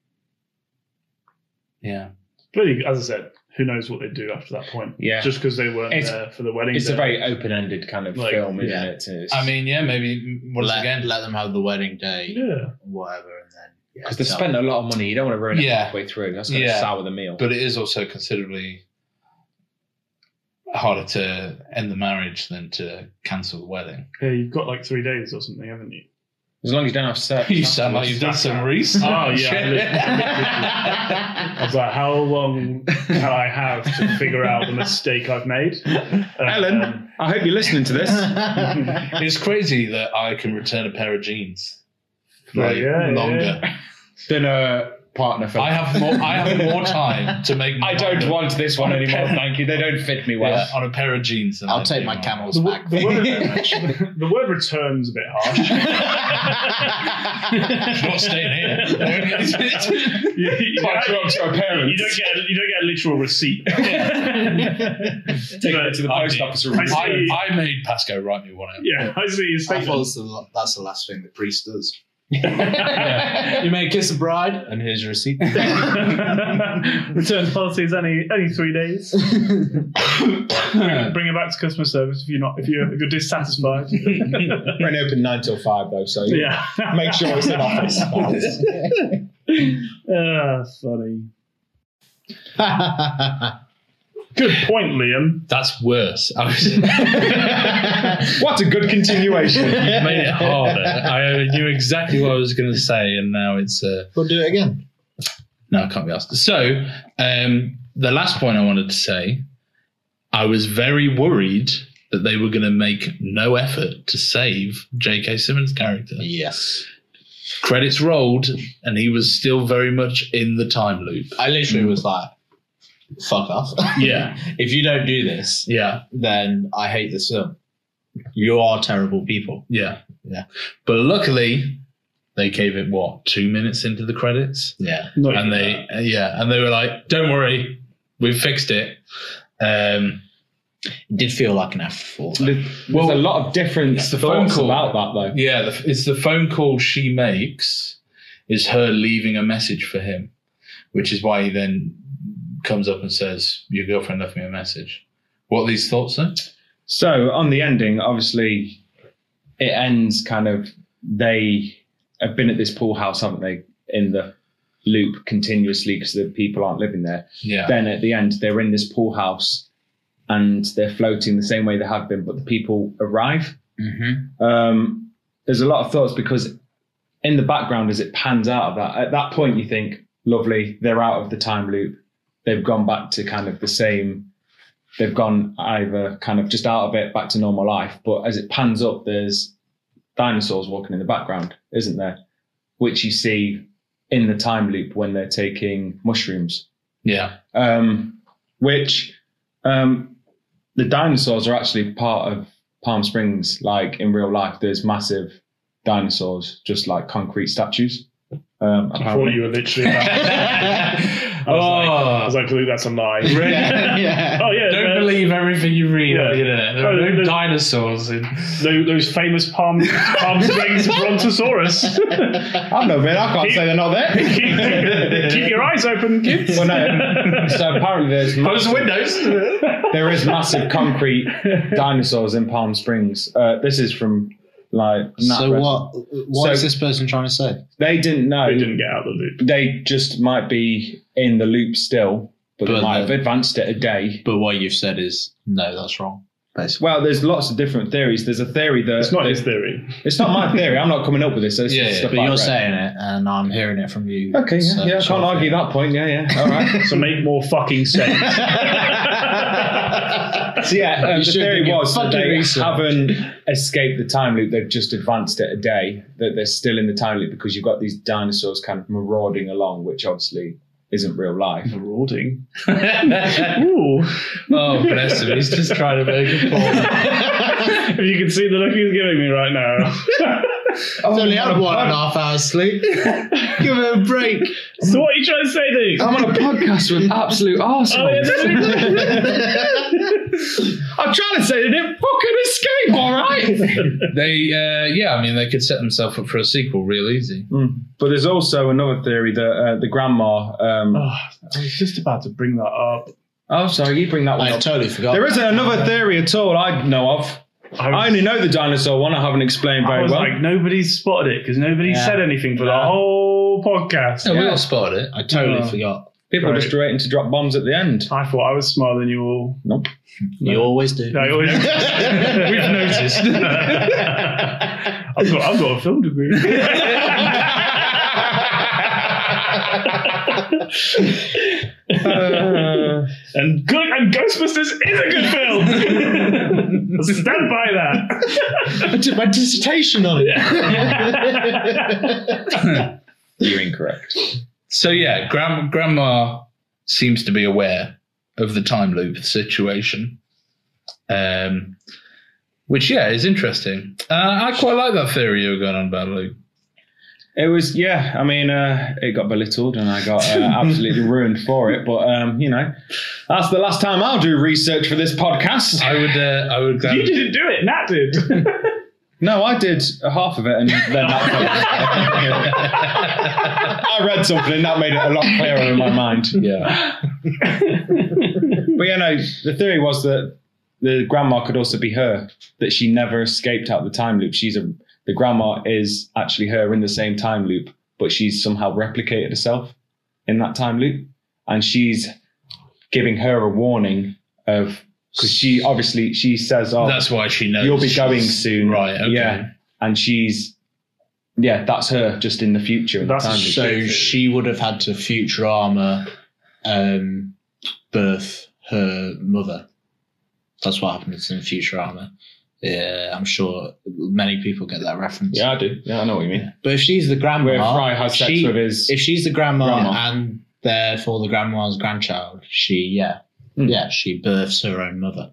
Speaker 1: Yeah.
Speaker 2: Really, as I said, who knows what they do after that point?
Speaker 3: Yeah.
Speaker 2: Just because they weren't
Speaker 3: It's-
Speaker 2: there for the wedding.
Speaker 3: It's a
Speaker 2: day.
Speaker 3: very open ended kind of
Speaker 2: Like,
Speaker 3: film, isn't
Speaker 4: yeah.
Speaker 3: it? It's,
Speaker 1: I mean, yeah, maybe once
Speaker 4: let,
Speaker 1: again.
Speaker 4: let them have the wedding day,
Speaker 2: yeah.
Speaker 4: whatever, and then yeah,
Speaker 3: because they've
Speaker 4: tell
Speaker 3: spent a [laughs] lot of money. You don't want to ruin it
Speaker 1: Yeah.
Speaker 3: halfway through. That's going to
Speaker 1: Yeah.
Speaker 3: sour the meal.
Speaker 1: but it is also considerably harder to end the marriage than to cancel the wedding.
Speaker 2: Yeah, you've got like three days or something, haven't you?
Speaker 3: as long as you don't have sex.
Speaker 1: [laughs] You sound like you've done some research.
Speaker 2: Oh, yeah. I was like, how long can I have to figure out the mistake I've
Speaker 3: [laughs]
Speaker 2: made? Uh, um,
Speaker 3: Ellen, I hope you're listening to
Speaker 4: [laughs]
Speaker 3: this.
Speaker 1: [laughs] it's crazy that I can return a pair of jeans.
Speaker 2: Yeah,
Speaker 1: Like,
Speaker 2: yeah, yeah.
Speaker 1: longer.
Speaker 3: Been a partner for.
Speaker 1: I [laughs] have more. I have more time to make.
Speaker 3: I don't want this one anymore. Thank you. They don't fit me well.
Speaker 1: Yeah, on a pair of jeans. than I
Speaker 4: I'll
Speaker 1: do
Speaker 4: take my
Speaker 1: on- [laughs]
Speaker 4: camels
Speaker 2: the,
Speaker 4: back.
Speaker 2: wo- the
Speaker 4: [laughs]
Speaker 2: word, the word return's a bit harsh.
Speaker 4: [laughs]
Speaker 1: It's not staying here.
Speaker 2: [laughs] [laughs] You, you-
Speaker 3: Quite drunk to our
Speaker 2: you
Speaker 3: parents.
Speaker 2: don't get a, you don't get a literal receipt.
Speaker 3: Take it to the
Speaker 1: I
Speaker 3: post
Speaker 1: do.
Speaker 3: office.
Speaker 2: I see.
Speaker 1: [laughs] I, I made Pasco write me one out.
Speaker 2: Yeah, I see. It's
Speaker 4: I thought that's the, la- that's the last thing the priest [laughs] does.
Speaker 1: [laughs]
Speaker 3: Yeah.
Speaker 4: You may kiss the bride, and here's your
Speaker 2: [laughs]
Speaker 4: receipt.
Speaker 2: Return policy is only only three days. Bring it back to customer service if you're not if you're if you're dissatisfied.
Speaker 3: We're an open nine till five though, so
Speaker 2: yeah, [laughs]
Speaker 3: make sure it's in office. hours.
Speaker 2: Ah, funny. Good point, Liam.
Speaker 1: That's worse. I was,
Speaker 4: [laughs]
Speaker 1: made
Speaker 3: what a good continuation.
Speaker 1: [laughs] it harder. I knew exactly what I was going to say, and now it's. Uh,
Speaker 4: we'll do it again.
Speaker 1: No, I can't be asked. So, um, the last point I wanted to say, I was very worried that they were going to make no effort to save J.K. Simmons' character.
Speaker 4: Yes.
Speaker 1: Credits rolled, and he was still very much in the time loop.
Speaker 4: I literally was like, fuck off.
Speaker 1: Yeah,
Speaker 4: [laughs] if you don't do this,
Speaker 1: yeah,
Speaker 4: then I hate this film. You are terrible people.
Speaker 1: yeah,
Speaker 4: Yeah.
Speaker 1: But luckily, they gave it what two minutes into the credits,
Speaker 4: Yeah.
Speaker 2: Not
Speaker 1: and
Speaker 2: you.
Speaker 1: they uh, yeah, and they were like, "Don't worry, we've fixed it." Um,
Speaker 4: It did feel like an afterthought. though.
Speaker 3: There's a lot of different
Speaker 1: It's the phone
Speaker 3: thoughts
Speaker 1: call.
Speaker 3: about that though.
Speaker 1: Yeah, the, it's the phone call she makes is her leaving a message for him, which is why he then comes up and says, "Your girlfriend left me a message." What are these thoughts then?
Speaker 3: So on the ending, obviously, it ends kind of they have been at this pool house, haven't they? In the loop continuously because the people aren't living there.
Speaker 1: Yeah,
Speaker 3: Then at the end, they're in this pool house and they're floating the same way they have been, but the people arrive.
Speaker 1: mm-hmm.
Speaker 3: Um, there's a lot of thoughts because in the background, as it pans out of that, at that point, you think, lovely, they're out of the time loop. They've gone back to kind of the same, they've gone either kind of just out of it back to normal life. But as it pans up, there's dinosaurs walking in the background, isn't there? Which you see in the time loop when they're taking mushrooms
Speaker 2: [laughs]
Speaker 1: yeah, [laughs]
Speaker 3: um, which um, the dinosaurs are actually part of Palm Springs. Like in real life, there's massive dinosaurs, just like concrete statues. Um,
Speaker 2: I thought
Speaker 3: apparently.
Speaker 2: you were
Speaker 1: [laughs]
Speaker 2: literally. About, I, was like, I was
Speaker 1: oh,
Speaker 2: like, "Luke, that's a lie.
Speaker 4: [laughs] yeah.
Speaker 2: [laughs] Oh yeah,
Speaker 1: don't
Speaker 2: they're-
Speaker 1: believe everything you read on the
Speaker 2: Yeah.
Speaker 1: internet. There
Speaker 2: Oh,
Speaker 1: are no
Speaker 2: there's-
Speaker 1: dinosaurs in. [laughs]
Speaker 2: those, those famous palm palm springs brontosaurus. [laughs]
Speaker 3: I've never been. I can't say they're not there.
Speaker 2: keep, keep your eyes open, kids. [laughs]
Speaker 3: well, no. So apparently, there's
Speaker 1: Close the
Speaker 3: massive,
Speaker 1: windows. [laughs]
Speaker 3: there is massive
Speaker 2: [laughs]
Speaker 3: concrete dinosaurs in Palm Springs. Uh, this is from like Nat
Speaker 4: So
Speaker 3: Red-
Speaker 4: what? What
Speaker 3: So-
Speaker 4: is this person trying to say?
Speaker 3: They didn't know.
Speaker 2: they didn't get out of the loop.
Speaker 3: They just might be in the loop still, but,
Speaker 4: But
Speaker 3: they might
Speaker 4: the-
Speaker 3: have advanced it a day.
Speaker 4: But what you've said is no, that's wrong. Basically,
Speaker 3: Well, there's lots of different theories. There's a theory that
Speaker 2: It's not
Speaker 3: that-
Speaker 2: his theory.
Speaker 3: It's
Speaker 2: [laughs]
Speaker 3: not my theory. I'm not coming up with this. So it's
Speaker 1: Yeah,
Speaker 3: just
Speaker 1: yeah,
Speaker 3: stuff
Speaker 4: but
Speaker 3: I've
Speaker 4: you're
Speaker 3: read.
Speaker 4: saying it, and I'm hearing it from you.
Speaker 3: Okay, yeah,
Speaker 4: so
Speaker 3: yeah. I
Speaker 4: sure
Speaker 3: can't argue
Speaker 4: thing.
Speaker 3: that point. Yeah, yeah. All
Speaker 4: [laughs]
Speaker 3: right.
Speaker 2: So make more fucking sense.
Speaker 4: [laughs]
Speaker 3: so yeah, um,
Speaker 4: You
Speaker 3: the
Speaker 4: should do
Speaker 3: theory
Speaker 4: your
Speaker 3: was that
Speaker 4: fucking
Speaker 3: they
Speaker 4: research. [laughs]
Speaker 3: haven't escaped the time loop. They've just advanced it a day. That they're still in the time loop because you've got these dinosaurs kind of marauding along, which obviously isn't real life.
Speaker 2: Marauding. Ooh.
Speaker 1: oh, bless him. He's just trying to make a point.
Speaker 2: If you can see the look he's giving me right now. [laughs]
Speaker 4: It's only had one and Oh, a half hours sleep. Give it a break.
Speaker 2: So what are you trying to say, Oh, dude?
Speaker 3: I'm on a podcast with
Speaker 4: [laughs]
Speaker 3: absolute
Speaker 4: Oh,
Speaker 3: arseholes. I'm trying to say they didn't fucking escape, all
Speaker 4: [laughs]
Speaker 3: right?
Speaker 1: They, uh, yeah, I mean, they could set themselves up for a sequel real easy. [laughs]
Speaker 3: Mm. But there's also another theory that uh, the grandma. Um,
Speaker 2: [laughs] Oh, I was just about to bring that up.
Speaker 3: oh, sorry, you bring that one
Speaker 4: I
Speaker 3: up.
Speaker 4: totally forgot.
Speaker 3: There isn't another theory at all I know of.
Speaker 2: I, was,
Speaker 3: I only know the dinosaur one. I haven't explained
Speaker 2: I
Speaker 3: very
Speaker 2: was
Speaker 3: well.
Speaker 2: like, nobody's spotted it because nobody
Speaker 4: Yeah.
Speaker 2: said anything for the
Speaker 3: Yeah.
Speaker 2: whole podcast.
Speaker 1: No, we
Speaker 3: Yeah.
Speaker 1: all spotted it.
Speaker 4: I totally
Speaker 2: No.
Speaker 4: forgot.
Speaker 3: People are
Speaker 2: Right.
Speaker 3: just waiting to drop bombs at the end.
Speaker 2: I thought I was smarter than you all.
Speaker 3: [laughs] Nope.
Speaker 4: You always do. [laughs]
Speaker 2: No, I always- We've noticed. I've, got, I've got a film degree. and good and Ghostbusters is a good film. Stand by that.
Speaker 4: I did my dissertation on it.
Speaker 3: You're incorrect.
Speaker 1: So yeah, grand, grandma seems to be aware of the time loop situation, um, which yeah is interesting. Uh, I quite like that theory you were going on about Luke.
Speaker 3: It was, yeah. I mean, uh, it got belittled and I got [laughs] uh, absolutely ruined for it. But um, you know, that's the last time I'll do research for this podcast.
Speaker 1: I would, uh, I would.
Speaker 2: you
Speaker 1: Gladly,
Speaker 2: didn't do it, Nat did.
Speaker 3: No, I did half of it, and then that I read something and that made it a lot clearer in my mind.
Speaker 1: yeah,
Speaker 3: But yeah, no, the theory was that the grandma could also be her, that she never escaped out the time loop. She's a the grandma is actually her in the same time loop, but she's somehow replicated herself in that time loop, and she's giving her a warning of because she obviously she says, "Oh,
Speaker 1: that's why she knows
Speaker 3: you'll be
Speaker 1: she's-
Speaker 3: going soon,
Speaker 1: Right? Okay.
Speaker 3: Yeah, and she's yeah, that's her just in the future. In
Speaker 2: That's a
Speaker 3: the time loop.
Speaker 2: sh-
Speaker 4: [laughs] so she would have had to Futurama um, birth her mother. That's what happens in Futurama. Yeah, I'm sure many people get that reference.
Speaker 3: yeah, I do. Yeah, I know what you mean.
Speaker 4: But if she's the
Speaker 3: Where Fry
Speaker 4: grandma,
Speaker 3: has sex
Speaker 4: she,
Speaker 3: with his
Speaker 4: if she's the grandma,
Speaker 3: Grandma.
Speaker 4: and therefore the grandma's grandchild, she yeah,
Speaker 3: Hmm.
Speaker 4: yeah, she births her own mother.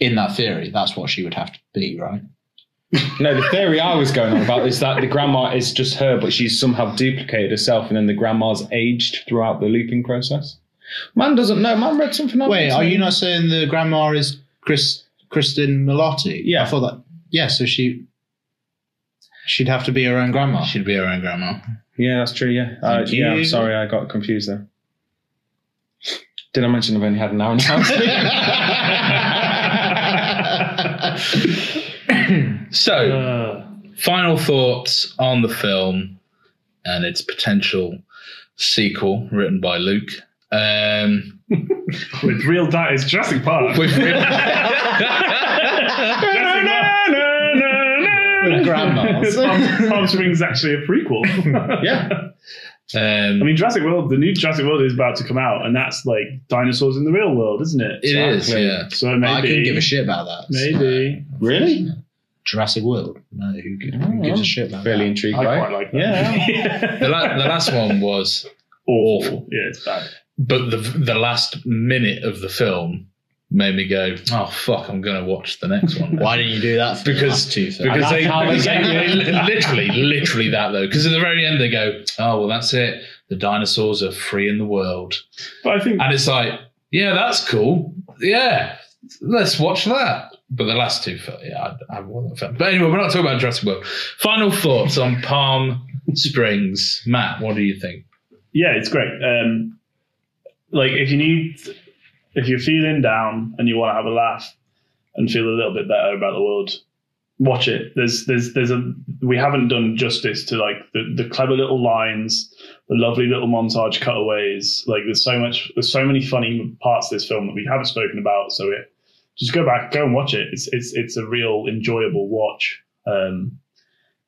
Speaker 4: In that theory, that's what she would have to be, right?
Speaker 3: No, the theory I was going on about is that the grandma is just her, but she's somehow duplicated herself, and then the grandma's aged throughout the looping process. Man doesn't know. Man read something. on
Speaker 4: Wait,
Speaker 3: it,
Speaker 4: are you
Speaker 3: so-
Speaker 4: not saying the grandma is Chris Kristen Milotti?
Speaker 3: Yeah.
Speaker 4: I thought that. Yeah, so she she'd have to be her own grandma.
Speaker 1: She'd be her own
Speaker 3: [laughs]
Speaker 1: grandma.
Speaker 3: Yeah, that's true. Yeah, uh,
Speaker 4: Thank
Speaker 3: yeah.
Speaker 4: you.
Speaker 3: I'm sorry, I got confused there. Did I mention I've only had an hour and a
Speaker 4: [laughs]
Speaker 3: half?
Speaker 1: So. final thoughts on the film and its potential sequel written by Luke. Um,
Speaker 2: with real di it's Jurassic Park.
Speaker 1: [laughs] with
Speaker 2: Jurassic Park.
Speaker 4: With grandmas.
Speaker 2: Palm, Palm Springs is actually a prequel.
Speaker 3: yeah,
Speaker 1: um,
Speaker 2: I mean, Jurassic World, the new Jurassic World is about to come out, and that's like dinosaurs in the real world, isn't it?
Speaker 1: it is,
Speaker 3: exactly.
Speaker 1: yeah.
Speaker 2: So maybe.
Speaker 4: [laughs] I couldn't give a shit about that.
Speaker 2: Maybe.
Speaker 3: really.
Speaker 4: Jurassic World. No, who, gi- who
Speaker 3: Oh,
Speaker 4: gives a
Speaker 3: I'm
Speaker 4: shit about
Speaker 3: Really
Speaker 4: that?
Speaker 3: intrigued.
Speaker 2: I
Speaker 3: by it.
Speaker 2: quite like that.
Speaker 3: Yeah.
Speaker 1: The, la- the last one was, Awful.
Speaker 2: [laughs] Awful. Yeah, it's bad.
Speaker 1: but the the last minute of the film made me go, "Oh fuck, I'm going to watch the next one."
Speaker 4: Why didn't you do that? For
Speaker 1: [laughs] Because- [laughs]
Speaker 4: the last two films?
Speaker 1: Because
Speaker 3: And
Speaker 1: they,
Speaker 3: that's how they
Speaker 1: because they-
Speaker 3: get you.
Speaker 1: literally, literally that though. Because at the very end, they go, "Oh well, that's it. The dinosaurs are free in the world."
Speaker 2: But I think
Speaker 1: And it's like, yeah, that's cool. Yeah, let's watch that. But the last two, fil- yeah, I, I wasn't a fan. But anyway, we're not talking about Jurassic World. Final thoughts on Palm Springs, Matt? What do you think?
Speaker 2: yeah, it's great. Um, like if you need, if you're feeling down and you want to have a laugh and feel a little bit better about the world, watch it. There's there's there's a we haven't done justice to like the, the clever little lines, the lovely little montage cutaways. Like there's so much there's so many funny parts of this film that we haven't spoken about. So it just go back, go and watch it. It's it's it's a real enjoyable watch. Um,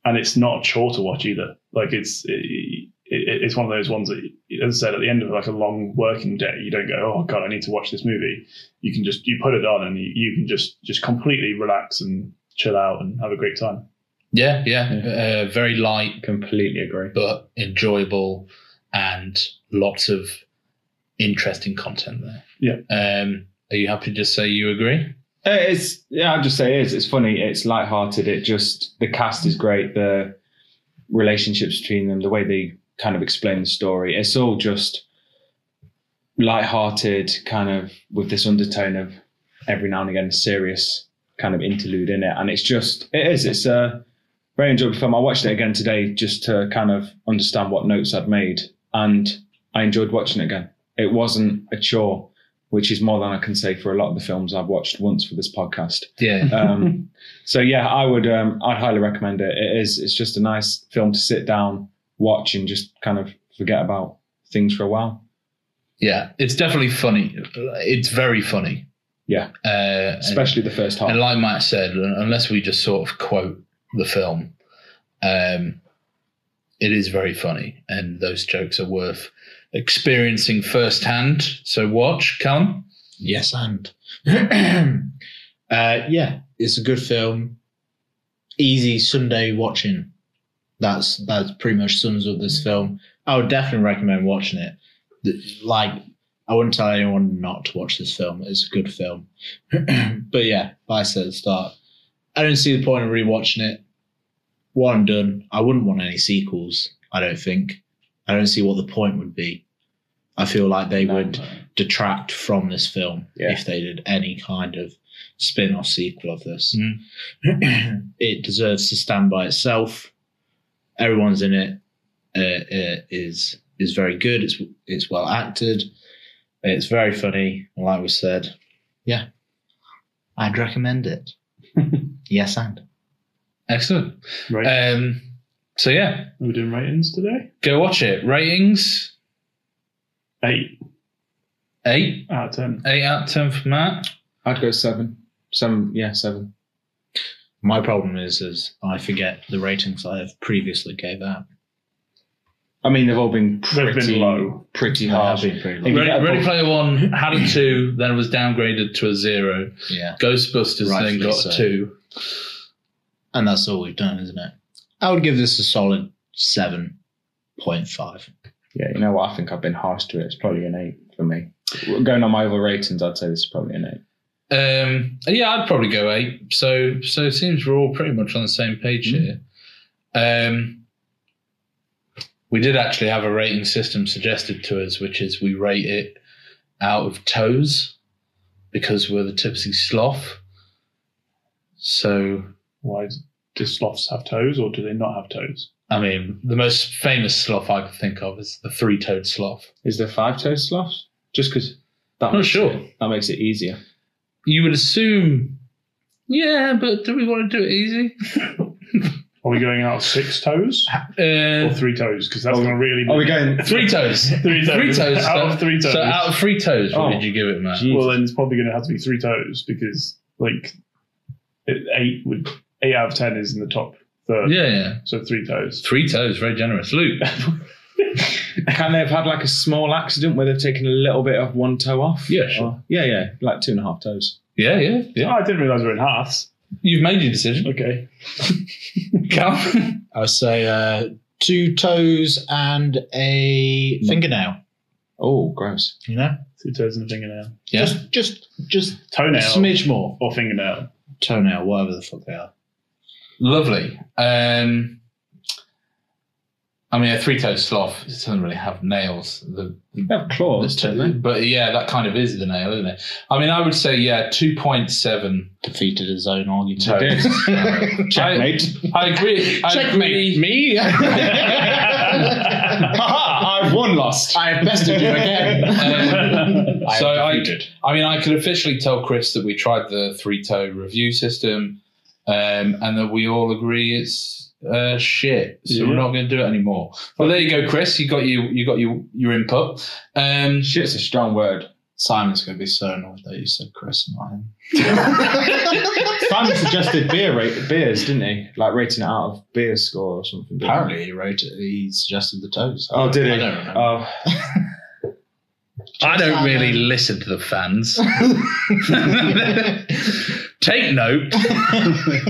Speaker 2: and it's not a chore to watch either. Like it's it, it, it's one of those ones that, as I said, at the end of like a long working day, you don't go, oh god, I need to watch this movie. You can just you put it on and you, you can just just completely relax and chill out and have a great time.
Speaker 1: Yeah, yeah, Uh, very light
Speaker 3: Completely agree.
Speaker 1: but enjoyable, and lots of interesting content there.
Speaker 2: Yeah.
Speaker 1: Um, are you happy to just say you agree?
Speaker 3: Uh, It's yeah, I'd just say it is. It's funny. It's lighthearted. It just the cast is great. The relationships between them, the way they kind of explain the story, it's all just lighthearted, kind of with this undertone of every now and again a serious kind of interlude in it. And it's just it is. It's a very enjoyable film. I watched it again today just to kind of understand what notes I'd made, and I enjoyed watching it again. It wasn't a chore which is more than I can say for a lot of the films I've watched once for this podcast.
Speaker 1: Yeah. [laughs]
Speaker 3: Um, so yeah, I would, um, I'd highly recommend it. It is, it's just a nice film to sit down, watch, and just kind of forget about things for a while.
Speaker 1: Yeah. It's definitely funny. It's very funny.
Speaker 3: Yeah.
Speaker 1: Uh, and-
Speaker 3: Especially the first
Speaker 4: Oh.
Speaker 3: half.
Speaker 1: And like Matt said, un- unless we just sort of quote the film, um, it is very funny, and those jokes are worth experiencing firsthand. So watch, Callum.
Speaker 4: Yes, and [clears throat] uh, yeah, it's a good film. Easy Sunday watching. That's that's pretty much sums up this film. I would definitely recommend watching it. Th- Like, I wouldn't tell anyone not to watch this film. It's a good film. [clears throat] but yeah, like I said at the start, I don't see the point of rewatching it. One and done. I wouldn't want any sequels. I don't think. I don't see what the point would be. I feel like they would detract from this film
Speaker 3: Yeah.
Speaker 4: if they did any kind of spin or sequel of this.
Speaker 1: Mm.
Speaker 4: [clears throat] it deserves to stand by itself. Everyone's in it uh, uh, is is very good. It's it's well acted. It's very funny. and Like we said, yeah, I'd recommend [laughs] it. yes, and
Speaker 1: Excellent.
Speaker 2: Right.
Speaker 1: Um, so yeah,
Speaker 2: We're doing ratings today.
Speaker 1: go watch it. Ratings
Speaker 2: Eight
Speaker 1: eight,
Speaker 2: out of ten.
Speaker 1: eight out of ten for Matt.
Speaker 3: I'd go seven. Seven, yeah, seven.
Speaker 4: my problem is is I forget the ratings I have previously gave out.
Speaker 3: I mean, they've all been pretty
Speaker 2: They've been low.
Speaker 3: pretty
Speaker 4: I
Speaker 3: hard.
Speaker 4: have been pretty
Speaker 3: Yeah,
Speaker 4: low.
Speaker 1: Ready,
Speaker 3: I
Speaker 1: Ready
Speaker 3: thought-
Speaker 1: Player One had a two, then was downgraded to a zero.
Speaker 4: Yeah.
Speaker 1: Ghostbusters
Speaker 4: Rightfully
Speaker 1: then got
Speaker 4: so.
Speaker 1: a two.
Speaker 4: And that's all we've done, isn't it? I would give this a solid 7.5.
Speaker 3: Yeah, you know what? I think I've been harsh to it. It's probably an eight for me. Going on my other ratings, I'd say this is probably an eight.
Speaker 1: Um, yeah, I'd probably go eight. So, so it seems we're all pretty much on the same page
Speaker 2: Mm-hmm.
Speaker 1: here. Um, we did actually have a rating system suggested to us, which is we rate it out of toes because we're the tipsy sloth. So,
Speaker 2: Why do sloths have toes, or do they not have toes?
Speaker 1: I mean, the most famous sloth I could think of is the three-toed sloth.
Speaker 3: Is there five toed sloths? Just because that,
Speaker 1: I'm not
Speaker 3: makes
Speaker 1: sure.
Speaker 3: it- that makes it easier.
Speaker 1: You would assume, yeah, but do we want to do it easy?
Speaker 2: Are we going out of six toes or
Speaker 1: Uh,
Speaker 2: three toes? Because that's
Speaker 3: Are we-
Speaker 2: going to really.
Speaker 3: Are we going
Speaker 1: three toes.
Speaker 2: [laughs] Three toes.
Speaker 1: Three toes.
Speaker 2: Out
Speaker 1: so-
Speaker 2: of three toes.
Speaker 1: So out of three toes, what
Speaker 3: Oh.
Speaker 1: did you give it, Matt?
Speaker 3: Gee.
Speaker 2: Well, then it's probably going to have to be three toes because like it- eight would eight out of ten is in the top third.
Speaker 1: Yeah, yeah.
Speaker 2: So three toes.
Speaker 1: Three toes, very generous. Luke.
Speaker 3: Can they have had like a small accident where they've taken a little bit of one toe off?
Speaker 1: Yeah, sure.
Speaker 3: Or- yeah, yeah, like two and a half toes.
Speaker 1: Yeah, yeah,
Speaker 2: Oh,
Speaker 1: yeah.
Speaker 2: I didn't realize we're in halves.
Speaker 1: You've made your decision.
Speaker 2: Okay.
Speaker 1: Cal.
Speaker 4: I would say uh, two toes and a fingernail,
Speaker 3: Oh, gross.
Speaker 4: you know?
Speaker 2: Two toes and a fingernail.
Speaker 1: Yeah.
Speaker 4: Just, just, just
Speaker 2: Toenail
Speaker 4: a smidge more.
Speaker 2: or fingernail.
Speaker 4: Toenail, whatever the fuck they are.
Speaker 1: Lovely. Um, I mean, a three toed sloth it doesn't really have nails. The, the,
Speaker 3: They have claws,
Speaker 1: the-
Speaker 3: don't they?
Speaker 1: but yeah, that kind of is the nail, isn't it? I mean, I would say, yeah, 2.7
Speaker 4: Defeated his own argument.
Speaker 1: toes. [laughs]
Speaker 3: Checkmate.
Speaker 1: I, I agree. I agree.
Speaker 4: me. [laughs]
Speaker 3: [laughs] Haha, I've won, lost.
Speaker 4: I have bested you again.
Speaker 1: Um,
Speaker 3: I
Speaker 1: so
Speaker 3: am
Speaker 1: I,
Speaker 3: defeated.
Speaker 1: I mean, I could officially tell Chris that we tried the three toe review system, um, and that we all agree it's uh, shit. So we're
Speaker 2: Yeah.
Speaker 1: not going to do it anymore. Well, there you go, Chris. You got you you got your your input. Um,
Speaker 3: Shit's a strong word.
Speaker 4: Simon's going to be so annoyed that you said Chris, not him.
Speaker 3: Simon suggested beer rate, beers, didn't he? Like rating it out of beer score or something. didn't he?
Speaker 4: Apparently, he wrote it. He suggested the toes.
Speaker 3: Oh, did he?
Speaker 4: I don't remember.
Speaker 3: Oh.
Speaker 1: I don't
Speaker 4: Simon.
Speaker 1: really listen to the fans. [laughs] Take [laughs] note.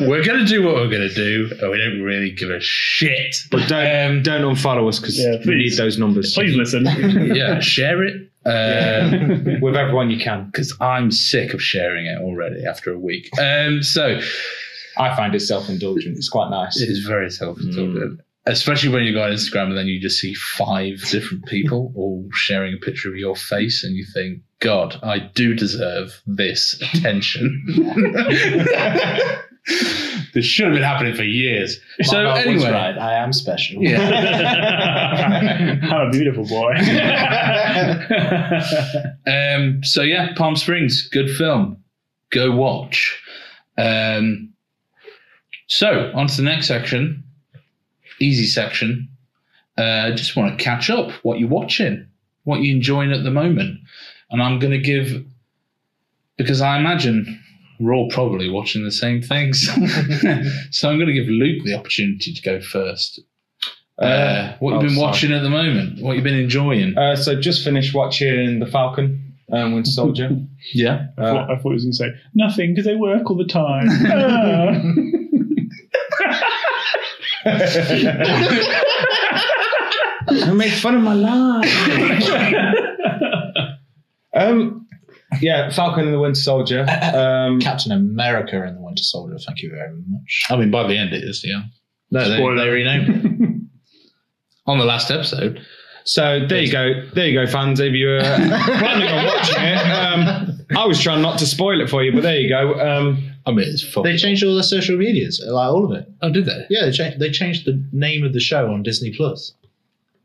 Speaker 1: We're going to do what we're going to do, and we don't really give a shit. Um,
Speaker 3: But don't don't unfollow us because
Speaker 2: Yeah,
Speaker 3: we need
Speaker 2: please.
Speaker 3: those numbers
Speaker 2: Please listen.
Speaker 3: [laughs]
Speaker 1: Yeah, share it. Uh,
Speaker 3: with everyone you can.
Speaker 1: Because I'm sick of sharing it already after a week. Um, so
Speaker 3: I find it self indulgent. It's quite nice.
Speaker 1: it is very self indulgent, especially when you go on Instagram and then you just see five different [laughs] people all sharing a picture of your face, and you think, God, I do deserve this [laughs] attention. this should have been happening for years. so
Speaker 4: My mum was
Speaker 1: anyway,
Speaker 4: right, I am special.
Speaker 1: yeah.
Speaker 2: I'm a beautiful boy.
Speaker 1: Um, so yeah, Palm Springs, good film. Go watch. Um, so on to the next section, easy section. Uh, just want to catch up. What you watching? What you enjoying at the moment? And I'm going to give because I imagine we're all probably watching the same
Speaker 4: [laughs]
Speaker 1: things. [laughs] so I'm going to give Luke the opportunity to go first. Uh, what you've
Speaker 3: oh,
Speaker 1: been
Speaker 3: sorry.
Speaker 1: watching at the moment? What you've been enjoying?
Speaker 3: [laughs] Uh, so just finished watching The Falcon and Winter Soldier.
Speaker 1: yeah.
Speaker 2: I
Speaker 3: Uh, [laughs]
Speaker 2: thought- I thought he was going to say nothing because I work all the time. [laughs] Ah.
Speaker 3: I make fun of my life. [laughs] um, yeah, Falcon and the Winter Soldier. Um,
Speaker 4: Captain America and the Winter Soldier. Thank you very much. I mean, by the end it is, yeah. No, they,
Speaker 2: Spoiler.
Speaker 4: they renamed it.
Speaker 1: [laughs] on the last episode.
Speaker 3: so there you go, there you go, fans. If you're uh, planning on watching it, um, I was trying not to spoil it for you, but there you go. Um,
Speaker 1: I mean, it's fucking.
Speaker 4: They changed all their social medias, like all of it.
Speaker 1: oh, did they?
Speaker 4: Yeah, they changed, they changed the name of the show on Disney Plus.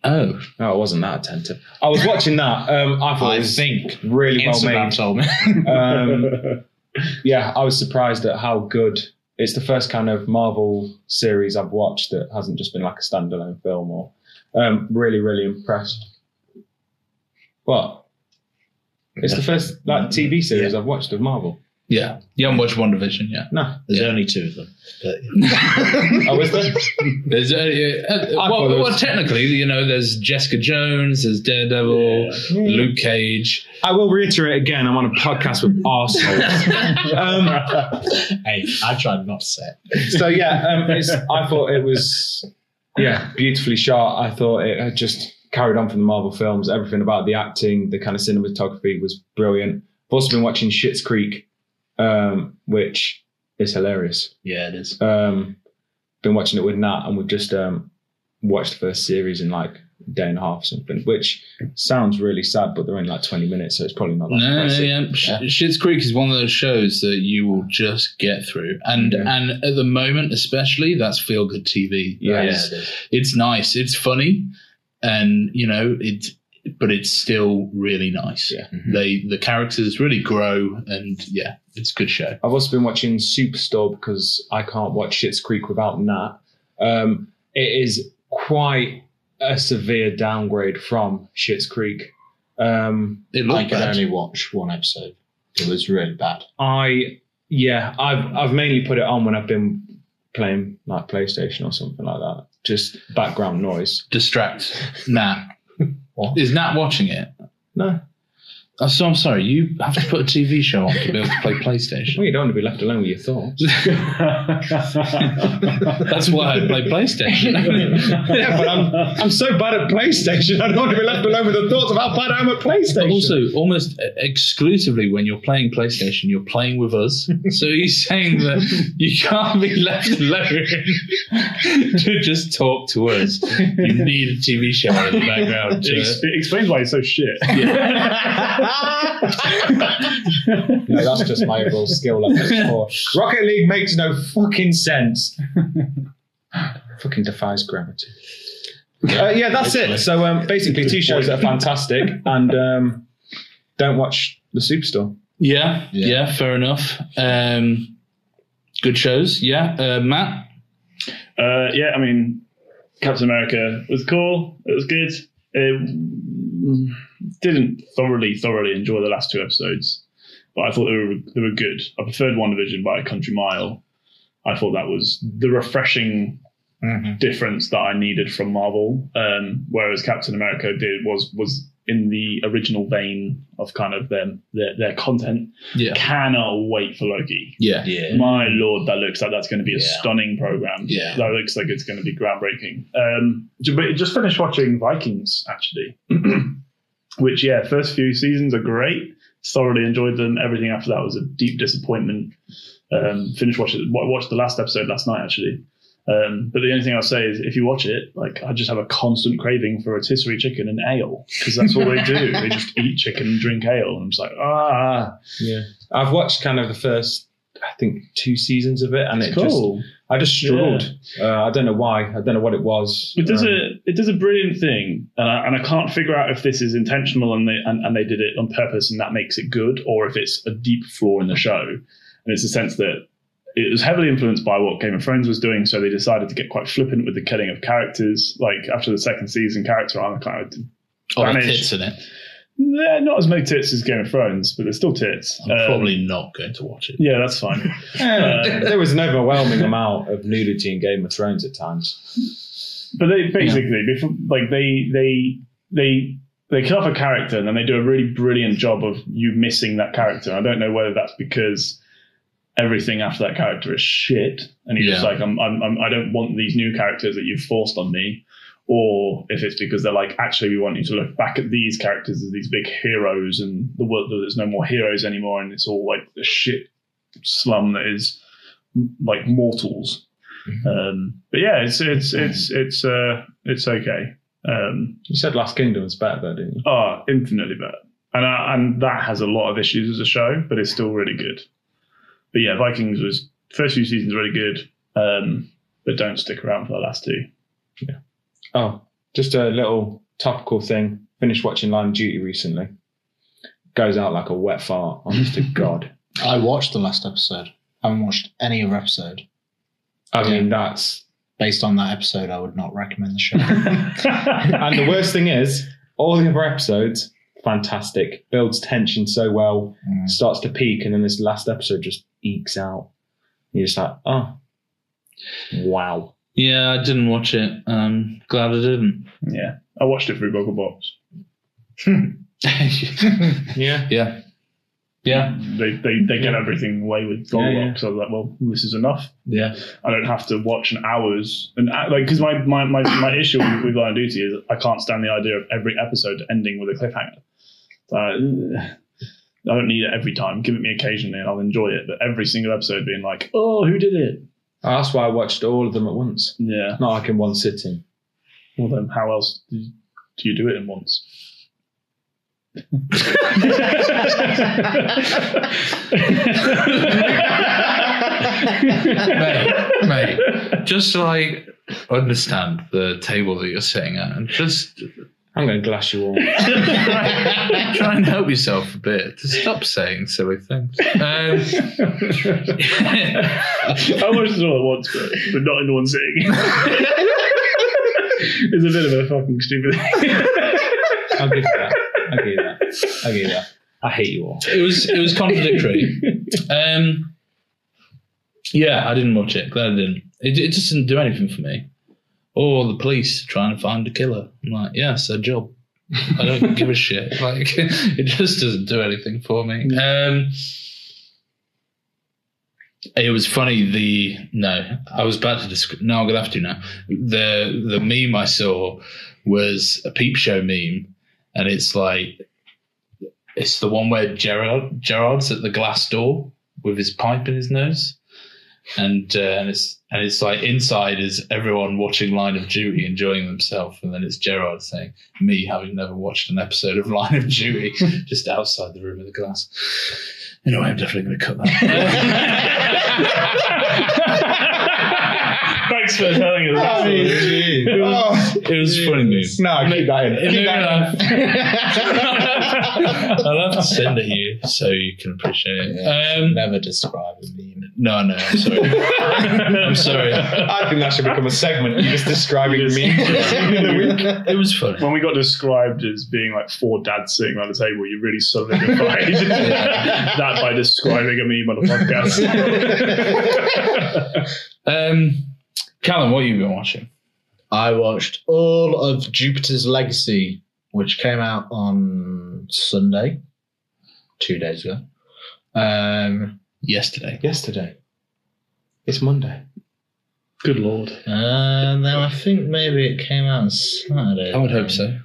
Speaker 1: Oh,
Speaker 3: oh, I wasn't that attentive. I was watching that. Um, I thought it
Speaker 4: I
Speaker 3: was
Speaker 4: think
Speaker 3: really well
Speaker 4: Instagram
Speaker 3: made.
Speaker 4: told me.
Speaker 3: Um, [laughs] yeah, I was surprised at how good it's the first kind of Marvel series I've watched that hasn't just been like a standalone film or um, really, really impressed. What? It's the first like TV series I've watched of Marvel.
Speaker 1: yeah. You haven't watched One Division yet.
Speaker 3: No.
Speaker 4: There's only two of them. But
Speaker 3: [laughs] Oh, is there?
Speaker 1: There's, uh, uh, uh, well,
Speaker 3: I thought it was-
Speaker 1: well, technically, you know, there's Jessica Jones, there's Daredevil, Luke Cage.
Speaker 3: I will reiterate again, I'm on a podcast with [laughs] arseholes. um,
Speaker 4: [laughs] hey, I tried not to say it.
Speaker 3: so yeah, um, it's, I thought it was yeah beautifully shot. I thought it had just carried on from the Marvel films. Everything about the acting, the kind of cinematography was brilliant. I've also been watching Shit's Creek, um, which is hilarious.
Speaker 4: Yeah, it is.
Speaker 3: Um, been watching it with Nat, and we've just um, watched the first series in like a day and a half or something, which sounds really sad, but they're only like twenty minutes, so it's probably not that
Speaker 1: No, no,
Speaker 3: impressive.
Speaker 1: yeah. Sh- Shit's Creek is one of those shows that you will just get through, and
Speaker 3: Yeah.
Speaker 1: and at the moment, especially, that's feel good TV.
Speaker 3: Yeah,
Speaker 1: That is- it's nice. It's funny, and you know it's but it's still really nice.
Speaker 3: Yeah.
Speaker 4: Mm-hmm.
Speaker 1: They the characters really grow, and yeah, it's a good show.
Speaker 3: I've also been watching Superstore because I can't watch Shit's Creek without Nat. Um, it is quite a severe downgrade from Shit's Creek. Um,
Speaker 1: It
Speaker 4: I
Speaker 1: looked
Speaker 4: could
Speaker 1: bad.
Speaker 4: only watch one episode. It was really bad.
Speaker 3: I yeah, I've I've mainly put it on when I've been playing like PlayStation or something like that. Just background noise.
Speaker 1: distract [laughs] Nat.
Speaker 4: What?
Speaker 1: Is Nat watching it?
Speaker 3: No,
Speaker 1: I'm so I'm sorry. You have to put a TV show on to be able to play PlayStation.
Speaker 3: well, you don't want to be left alone with your thoughts.
Speaker 1: [laughs] That's why I play PlayStation.
Speaker 3: [laughs] yeah, but I'm I'm so bad at PlayStation. I don't want to be left alone with the thoughts of how bad I am at PlayStation.
Speaker 1: But [laughs] also, almost exclusively when you're playing PlayStation, you're playing with [laughs] us. So he's saying that you can't be left alone [laughs] to just talk to us. You need a TV show in the background.
Speaker 2: It, ex-
Speaker 1: To,
Speaker 2: it explains why it's so shit.
Speaker 3: No, that's just my overall skill level. It's poor. Rocket League makes no fucking sense. fucking defies gravity. Uh, yeah, that's it. So um, basically, two shows that are [laughs] fantastic, and um, don't watch the Superstore.
Speaker 1: yeah,
Speaker 4: Yeah.
Speaker 1: yeah, fair enough. Um, good shows. Yeah, uh, Matt.
Speaker 2: Uh, yeah, I mean, Captain America was cool. It was good. It didn't thoroughly, thoroughly enjoy the last two episodes, but I thought they were they were good. I preferred One Division by a country mile. I thought that was the refreshing difference that I needed from Marvel. Um, whereas Captain America did was was in the original vein of kind of them their, their content.
Speaker 1: Yeah.
Speaker 2: Cannot wait for Loki.
Speaker 1: Yeah.
Speaker 4: Yeah.
Speaker 2: My lord, that looks like that's going to be a
Speaker 4: Yeah.
Speaker 2: stunning program.
Speaker 1: Yeah.
Speaker 2: that looks like it's going to be groundbreaking. Um, ju- but just finished watching Vikings actually, [clears throat] which yeah, first few seasons are great. Thoroughly enjoyed them. Everything after that was a deep disappointment. Um, finished watching. wa- Watched the last episode last night actually. Um, but the only thing I'll say is, if you watch it, like I just have a constant craving for rotisserie chicken and ale because that's all they do. They just eat chicken and drink ale, and I'm just like, ah,
Speaker 3: Yeah. I've watched kind of the first, I think, two seasons of it, and
Speaker 2: it's
Speaker 3: it just
Speaker 2: cool.
Speaker 3: I just struggled. Uh, I don't know why. I don't know what it was.
Speaker 2: It does
Speaker 3: Um,
Speaker 2: a it does a brilliant thing, and I, and I can't figure out if this is intentional and they and, and they did it on purpose, and that makes it good, or if it's a deep flaw in the show. And it's the sense that it was heavily influenced by what Game of Thrones was doing, so they decided to get quite flippant with the killing of characters. Like after the second season, character armor kind of
Speaker 4: Oh, the
Speaker 2: Spanish.
Speaker 4: tits in it.
Speaker 2: they're not as many tits as Game of Thrones, but they're still tits.
Speaker 4: I'm
Speaker 2: Um,
Speaker 4: probably not going to watch it.
Speaker 2: yeah, that's fine.
Speaker 3: Yeah,
Speaker 2: Uh,
Speaker 3: Um, [laughs] there was an overwhelming amount of nudity in Game of Thrones at times.
Speaker 2: But they basically, before, like they they they they kill off a character and then they do a really brilliant job of you missing that character. I don't know whether that's because everything after that character is shit, and you're just
Speaker 1: Yeah.
Speaker 2: like, I'm, I'm, I'm I don't want these new characters that you've forced on me. Or if it's because they're like, actually, we want you to look back at these characters as these big heroes, and the world there's no more heroes anymore, and it's all like the shit slum that is m- like mortals.
Speaker 4: Mhm.
Speaker 2: Um, but yeah, it's it's it's it's uh, it's okay. Um,
Speaker 3: You said Last Kingdom was better, though, didn't you?
Speaker 2: oh, infinitely better, and I, and that has a lot of issues as a show, but it's still really good. But yeah, Vikings was first few seasons really good, um, but don't stick around for the last two. [laughs]
Speaker 3: Oh, just a little topical thing. Finished watching Line of Duty recently. Goes out like a wet fart, honest [laughs] to God.
Speaker 4: I watched the last episode. I haven't watched any other episode.
Speaker 3: I mean, that's.
Speaker 4: Based on that episode, I would not recommend the [laughs] show.
Speaker 3: And the worst thing is, all the other episodes, fantastic. Builds tension so well,
Speaker 4: Mm.
Speaker 3: starts to peak, and then this last episode just ekes out. You're just like, oh, wow.
Speaker 1: Yeah, I didn't watch it. Um, glad I didn't. [laughs]
Speaker 2: yeah, I watched it through Gogglebox.
Speaker 3: Yeah.
Speaker 1: yeah. Yeah.
Speaker 2: They they, they get everything away with Gogglebox.
Speaker 3: Yeah, yeah.
Speaker 2: I was like, well, this is enough.
Speaker 1: Yeah.
Speaker 2: I don't have to watch an hours and uh, like because my, my my my issue with, with Line of Duty is I can't stand the idea of every episode ending with a cliffhanger. Uh, I don't need it every time. Give it me occasionally, and I'll enjoy it. But every single episode being like, "Oh, who did it?"
Speaker 3: That's why I watched all of them at once.
Speaker 2: Yeah.
Speaker 3: Not like in one sitting.
Speaker 2: Well, then, how else do you, do you do it in once?
Speaker 1: Mate, Just like understand the table that you're sitting at and just
Speaker 3: I'm going to glass you all.
Speaker 1: try and help yourself a bit to stop saying silly things. Um, [laughs]
Speaker 2: [laughs] I watched it all at once, but, but not in one sitting. [laughs] it's a bit of a fucking stupid thing.
Speaker 3: I'll give you that. I'll give you that. I'll give you that. I hate you all.
Speaker 1: it was it was contradictory. Um, yeah, I didn't watch it. Glad I didn't. It, it just didn't do anything for me. Or the police trying to find a killer. I'm like, yeah, it's their job. I don't give a shit. Like, [laughs] it just doesn't do anything for me. Um, it was funny. The no, I was about to describe. No, I'm gonna have to now. The the meme I saw was a peep show meme, and it's like it's the one where Gerard Gerard's at the glass door with his pipe in his nose, and uh, and it's and it's like inside is everyone watching Line of Duty enjoying themselves, and then it's Gerard saying, "Me having never watched an episode of [laughs] Line of Duty, just outside the room with the glass." Anyway, I'm definitely going to cut
Speaker 2: [laughs]
Speaker 1: that. [laughs]
Speaker 2: Thanks for telling us. that story.
Speaker 1: it was a funny move.
Speaker 3: Oh, No, keep that in.
Speaker 1: It made me laugh. [laughs] I'll have to send it you so you can appreciate it.
Speaker 4: Yeah.
Speaker 1: Um,
Speaker 4: Never describe a meme.
Speaker 1: no, no, I'm [laughs] sorry. I'm sorry.
Speaker 3: I think that should become a segment. You're just describing
Speaker 2: Yes.
Speaker 3: me.
Speaker 1: It was funny.
Speaker 2: When we got described as being like four dads sitting around the table, you really solidified
Speaker 4: [laughs] Yeah.
Speaker 2: that by describing a meme on a podcast.
Speaker 1: Um, Callum, what have you been watching?
Speaker 4: I watched all of Jupiter's Legacy which came out on Sunday, two days ago. Um,
Speaker 1: yesterday.
Speaker 3: Yesterday. It's Monday.
Speaker 2: Good lord.
Speaker 4: and then I think maybe it came out on Saturday.
Speaker 1: I would hope so.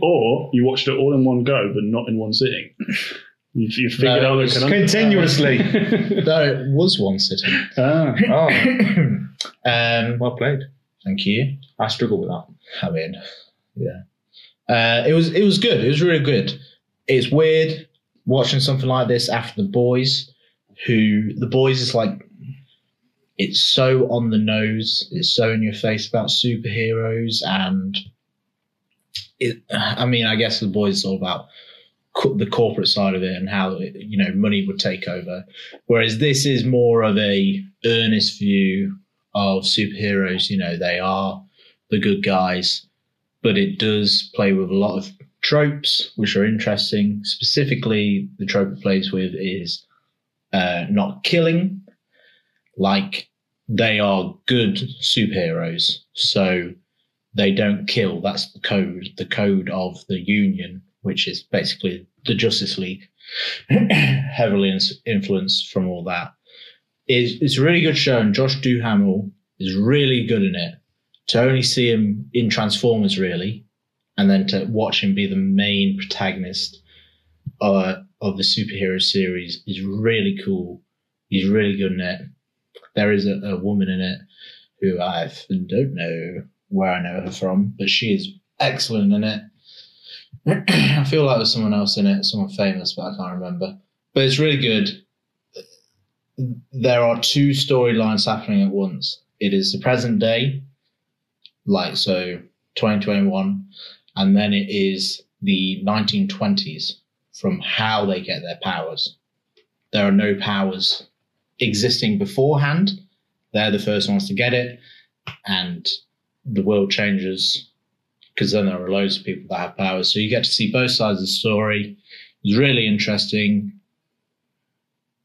Speaker 2: Or you watched it all in one go, but not in one sitting. You, you figured out
Speaker 4: No, it
Speaker 2: the
Speaker 4: was
Speaker 2: conundrum.
Speaker 3: Continuously.
Speaker 4: No, it was one sitting. [coughs]
Speaker 2: ah,
Speaker 3: oh,
Speaker 4: um,
Speaker 3: well played.
Speaker 4: thank you.
Speaker 3: I struggle with that.
Speaker 4: I mean, yeah. Uh, it was it was good. It was really good. It's weird watching something like this after the boys, who the boys is like, it's so on the nose. It's so in your face about superheroes and. It, I mean, I guess the boys is all about co- the corporate side of it and how it, you know money would take over, whereas this is more of a earnest view of superheroes. You know, they are the good guys, but it does play with a lot of tropes which are interesting. Specifically, the trope it plays with is uh, not killing, like they are good superheroes, so they don't kill. That's the code, the code of the Union, which is basically the Justice League, [clears throat] heavily ins- influenced from all that. It's, it's a really good show, and Josh Duhamel is really good in it to only see him in Transformers really, and then to watch him be the main protagonist uh, of the superhero series is really cool. He's really good in it. There is a, a woman in it who I f- don't know where I know her from, but she is excellent in it. [clears throat] I feel like there's someone else in it, someone famous, but I can't remember. But it's really good there are two storylines happening at once. It is the present day, like so 2021, and then it is the 1920s from how they get their powers. There are no powers existing beforehand. They're the first ones to get it, and the world changes because then there are loads of people that have powers. So you get to see both sides of the story. It's really interesting.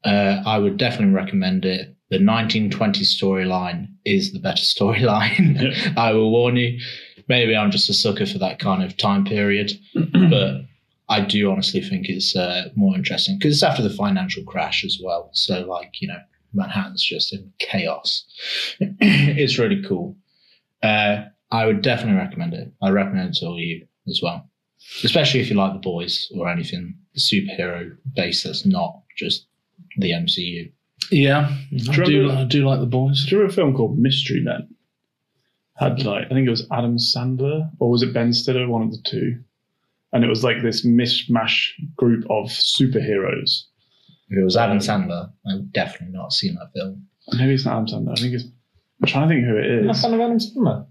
Speaker 4: Uh, I would definitely recommend it. The 1920s storyline is the better [laughs] storyline. I will warn you. Maybe I'm just a sucker for that kind of time period, but I do honestly think it's uh, more interesting because it's after the financial crash as well. So, like, you know, Manhattan's just in chaos. [clears throat] it's really cool. Uh, I would definitely recommend it. I recommend it to all you as well, especially if you like the boys or anything superhero based that's not just the MCU.
Speaker 1: Yeah,
Speaker 4: Mm-hmm.
Speaker 1: I do.
Speaker 2: remember-
Speaker 1: I do like the boys.
Speaker 2: do you remember a film called Mystery Men? Had like I think it was Adam Sandler or was it Ben Stiller, one of the two, and it was like this mishmash group of superheroes.
Speaker 4: If it was Adam Sandler, I would definitely not see that film.
Speaker 2: Maybe it's not Adam Sandler. I think it's. I'm trying to think who it
Speaker 3: I'm a
Speaker 2: is.
Speaker 3: fan of Adam Sandler.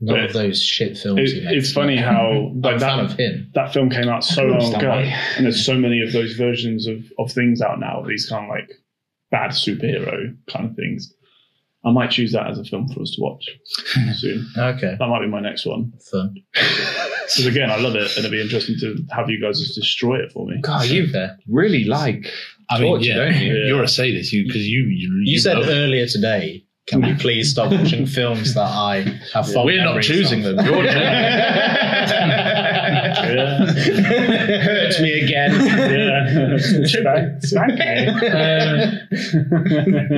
Speaker 4: None
Speaker 2: Yeah.
Speaker 4: of those shit films. he
Speaker 2: It,
Speaker 4: makes.
Speaker 2: it's funny how
Speaker 4: I'm
Speaker 2: like
Speaker 4: a fan
Speaker 2: that
Speaker 4: of him.
Speaker 2: that film came out so
Speaker 3: I
Speaker 2: long
Speaker 3: understand
Speaker 2: ago,
Speaker 3: why.
Speaker 2: and there's so many of those versions of of things out now. These kind of like bad superhero kind of things. I might choose that as a film for us to watch soon.
Speaker 4: Okay,
Speaker 2: That might be my next one.
Speaker 4: fun.
Speaker 2: Because again, I love it, and it'd be interesting to have you guys just destroy it for me.
Speaker 4: Ah,
Speaker 3: God, you
Speaker 4: Fair.
Speaker 3: really [laughs] like.
Speaker 1: I mean,
Speaker 3: Torture,
Speaker 1: yeah,
Speaker 3: don't you?
Speaker 1: you're a sadist, you because you you,
Speaker 4: You, said
Speaker 1: love-
Speaker 4: earlier today.
Speaker 1: [laughs]
Speaker 4: Can we please stop watching films that I have fond
Speaker 1: We're not
Speaker 4: memories
Speaker 1: choosing
Speaker 4: of?
Speaker 1: them.
Speaker 4: [laughs]
Speaker 1: You're
Speaker 2: Yeah.
Speaker 4: Hurt me again.
Speaker 2: Yeah. Spank- spank me.
Speaker 1: [laughs]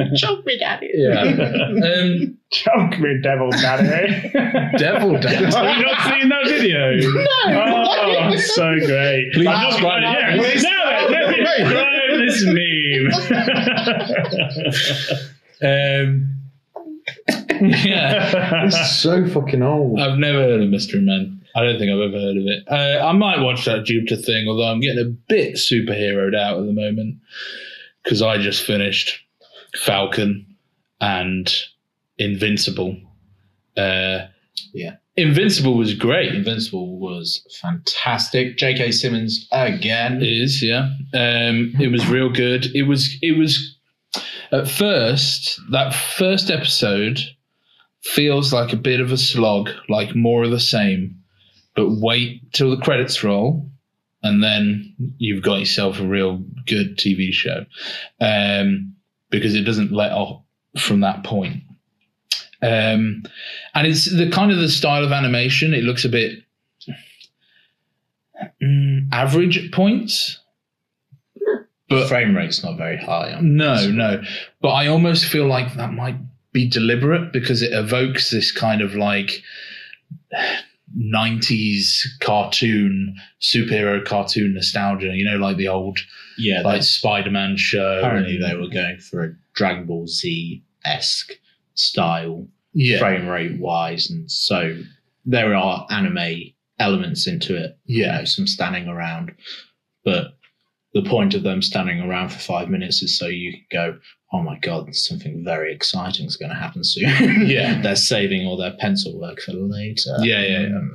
Speaker 4: [laughs]
Speaker 1: Um,
Speaker 4: Choke me, daddy.
Speaker 1: um,
Speaker 2: Choke me, devil daddy.
Speaker 1: devil
Speaker 3: [laughs]
Speaker 1: dance.
Speaker 2: Have you not seen that video? [laughs] No. Oh, so
Speaker 1: [laughs]
Speaker 2: great.
Speaker 1: [laughs] Please
Speaker 2: I'm not
Speaker 1: describe
Speaker 2: gonna-
Speaker 1: it.
Speaker 2: yeah,
Speaker 1: Please
Speaker 2: no, let me describe this meme. [laughs]
Speaker 1: Um, [laughs] yeah,
Speaker 3: so fucking old.
Speaker 1: I've never heard of Mystery Men. I don't think I've ever heard of it. Uh, I might watch that Jupiter thing, although I'm getting a bit superheroed out at the moment because I just finished Falcon and Invincible. Uh,
Speaker 4: Yeah.
Speaker 1: Invincible was great.
Speaker 4: Invincible was fantastic. J.K. Simmons again.
Speaker 1: It is, yeah. Um, it was real good. It was, it was. At first, that first episode feels like a bit of a slog, like more of the same. But wait till the credits roll, and then you've got yourself a real good TV show, um, because it doesn't let off from that point. Um, and it's the kind of the style of animation. It looks a bit mm, average points. But
Speaker 4: frame rate's not very high. On
Speaker 1: No, no. But I almost feel like that might be deliberate because it evokes this kind of like 90s cartoon, superhero cartoon nostalgia, you know, like the old
Speaker 4: yeah,
Speaker 1: like
Speaker 4: that's-
Speaker 1: Spider Man show.
Speaker 4: apparently they were going for a Dragon Ball Z esque style,
Speaker 1: Yeah.
Speaker 4: frame rate wise, and so there are anime elements into it. You
Speaker 1: Yeah.
Speaker 4: know, some standing around, but the point of them standing around for five minutes is so you can go, "Oh my god, something very exciting is going to happen soon." [laughs]
Speaker 1: Yeah.
Speaker 4: they're saving all their pencil work for later.
Speaker 1: Yeah, yeah, yeah.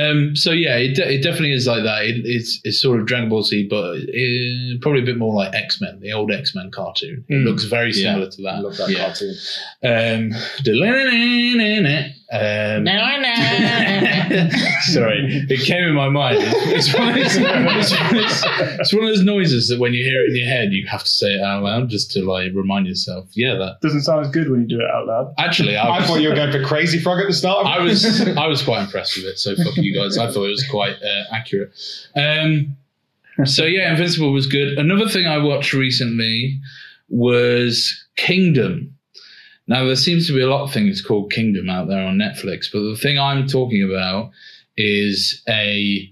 Speaker 1: Um, so yeah, it, de- it definitely is like that. It, it's it's sort of Dragon Ball Z, but it, probably a bit more like X Men, the old X Men cartoon. It
Speaker 2: Mm.
Speaker 1: looks very
Speaker 4: Hmm. Yeah.
Speaker 1: similar to
Speaker 3: I
Speaker 1: that.
Speaker 3: love that
Speaker 4: Yeah.
Speaker 3: cartoon.
Speaker 1: Um, [laughs] um, [laughs] Sorry, it came in my mind. It's one, of those, it's, one of those- it's one of those noises that when you hear it in your head, you have to say it out loud just to like remind yourself. Yeah, that
Speaker 2: Doesn't sound as good when you do it out loud.
Speaker 1: actually, I
Speaker 3: I
Speaker 1: was,
Speaker 3: thought you were going for Crazy Frog at the [laughs] start.
Speaker 1: I was, I was quite impressed with it. So fuck you guys. I thought it was quite uh, accurate. Um, so yeah, Invincible was good. Another thing I watched recently was Kingdom. Now there seems to be a lot of things called Kingdom out there on Netflix, but the thing I'm talking about is a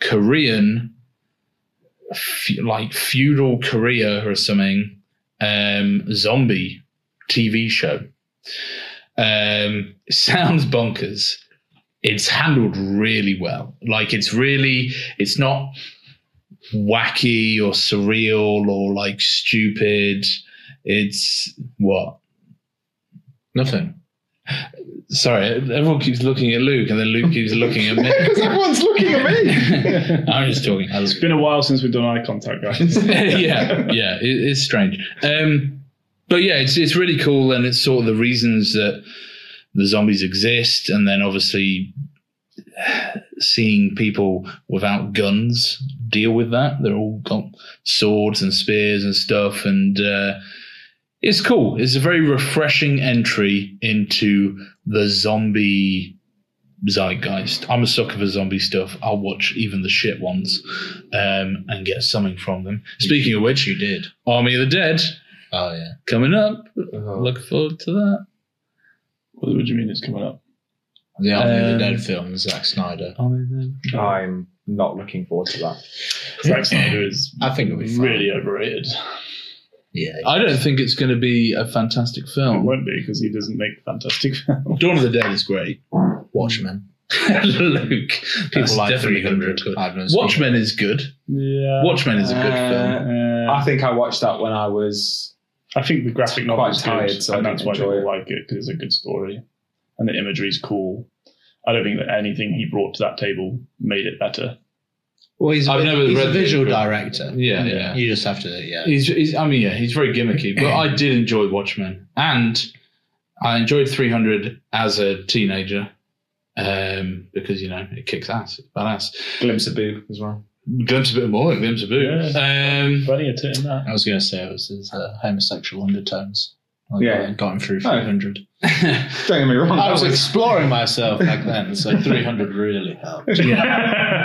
Speaker 1: Korean, fe- like feudal Korea or something, um, zombie TV show. Um, sounds bonkers. It's handled really well. Like it's really, it's not wacky or surreal or like stupid. It's what?
Speaker 4: Nothing.
Speaker 1: Sorry, everyone keeps looking at Luke, and then Luke keeps looking at
Speaker 3: [laughs] Because
Speaker 1: me.
Speaker 3: everyone's looking at
Speaker 1: [laughs]
Speaker 3: me.
Speaker 1: I'm just talking.
Speaker 2: It's been a while since we've done eye contact, guys.
Speaker 1: [laughs] yeah, yeah, it is strange. Um, but yeah, it's it's really cool, and it's sort of the reasons that the zombies exist, and then obviously seeing people without guns deal with that. They're all got swords and spears and stuff, and uh, it's cool. It's a very refreshing entry into the zombie zeitgeist. I'm a sucker for zombie stuff. I'll watch even the shit ones um, and get something from them. Speaking of which,
Speaker 4: you did.
Speaker 1: Army of the Dead
Speaker 4: [laughs] Oh yeah.
Speaker 1: coming up.
Speaker 3: Oh,
Speaker 1: Look forward to that.
Speaker 2: what do you mean it's coming up?
Speaker 4: The Army of the
Speaker 1: Um,
Speaker 4: Dead film, Zack Snyder.
Speaker 1: Army of the Dead.
Speaker 3: I'm not looking forward to that.
Speaker 2: Oh, Zack Snyder is
Speaker 4: I think it'll be fun.
Speaker 2: really overrated.
Speaker 4: Yeah.
Speaker 1: I don't think it's going to be a fantastic
Speaker 2: It
Speaker 1: film.
Speaker 2: won't be because he doesn't make fantastic [laughs] films.
Speaker 1: Dawn of the Dead is great.
Speaker 4: Watchmen.
Speaker 1: [laughs] Luke,
Speaker 4: People
Speaker 1: that's
Speaker 4: like
Speaker 1: definitely
Speaker 4: three
Speaker 1: going to be
Speaker 4: hundred.
Speaker 1: good.
Speaker 4: I've never seen it.
Speaker 1: Watchmen is good.
Speaker 2: Yeah.
Speaker 1: Watchmen is a good film.
Speaker 2: Uh,
Speaker 3: I think I watched that when I was.
Speaker 2: I think the graphic novel is
Speaker 3: Quite tired,
Speaker 2: good,
Speaker 3: so I
Speaker 2: and that's
Speaker 3: didn't
Speaker 2: why people
Speaker 3: enjoy
Speaker 2: like it because it's a good story, and the imagery is cool. I don't think that anything he brought to that table made it better.
Speaker 4: Well, he's,
Speaker 1: I've
Speaker 4: I've
Speaker 1: never
Speaker 4: never he's
Speaker 1: read
Speaker 4: a
Speaker 1: the
Speaker 4: visual
Speaker 1: original.
Speaker 4: director.
Speaker 1: Yeah, yeah.
Speaker 4: You just have to, yeah.
Speaker 1: He's, he's, I mean, yeah, he's very gimmicky, but
Speaker 4: [clears throat]
Speaker 1: I did enjoy Watchmen, and I enjoyed 300 as a teenager um, because you know it kicks ass, it's badass.
Speaker 3: Glimpse of Boob as well.
Speaker 1: Glimpse a bit more, glimpse a boo. Um,
Speaker 2: Plenty of tit in that. [laughs]
Speaker 4: I was going to say it was his uh, homosexual undertones. Like,
Speaker 3: Yeah.
Speaker 4: I got him through
Speaker 3: Oh.
Speaker 4: 300.
Speaker 1: [laughs]
Speaker 3: Don't get me wrong.
Speaker 4: [laughs] I
Speaker 3: that [laughs]
Speaker 4: was exploring myself back then, so 300 really helped.
Speaker 1: yeah,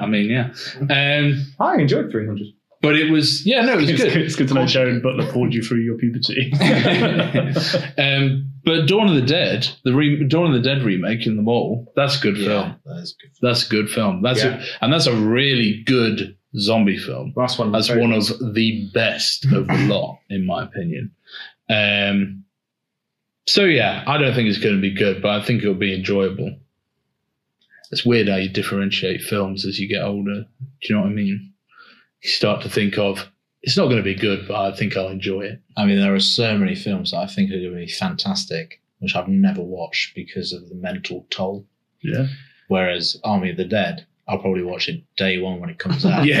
Speaker 1: I mean, yeah. Um,
Speaker 3: I enjoyed 300.
Speaker 1: but it was, yeah,
Speaker 4: [laughs]
Speaker 1: no, it was
Speaker 2: It's good.
Speaker 1: good.
Speaker 2: it's good to know Sharon Butler pulled you through your puberty.
Speaker 1: [laughs] um, but Dawn of the Dead, the re- Dawn of the Dead remake in the mall, that's a good film.
Speaker 4: that is good.
Speaker 1: That's a good film. That's
Speaker 3: Yeah.
Speaker 1: a, and that's a really good zombie film.
Speaker 3: Last one.
Speaker 1: That's one of the best of the lot, in my opinion. Um, so yeah, I don't think it's going to be good, but I think it'll be enjoyable. It's weird how you differentiate films as you get older. Do you know what I mean? You start to think of it's not going to be good, but I think I'll enjoy it.
Speaker 4: I mean, there are so many films that I think are going to be fantastic, which I've never watched because of the mental toll.
Speaker 2: yeah.
Speaker 4: Whereas Army of the Dead, I'll probably watch it day one when
Speaker 1: [laughs]
Speaker 4: it comes out.
Speaker 1: Yeah,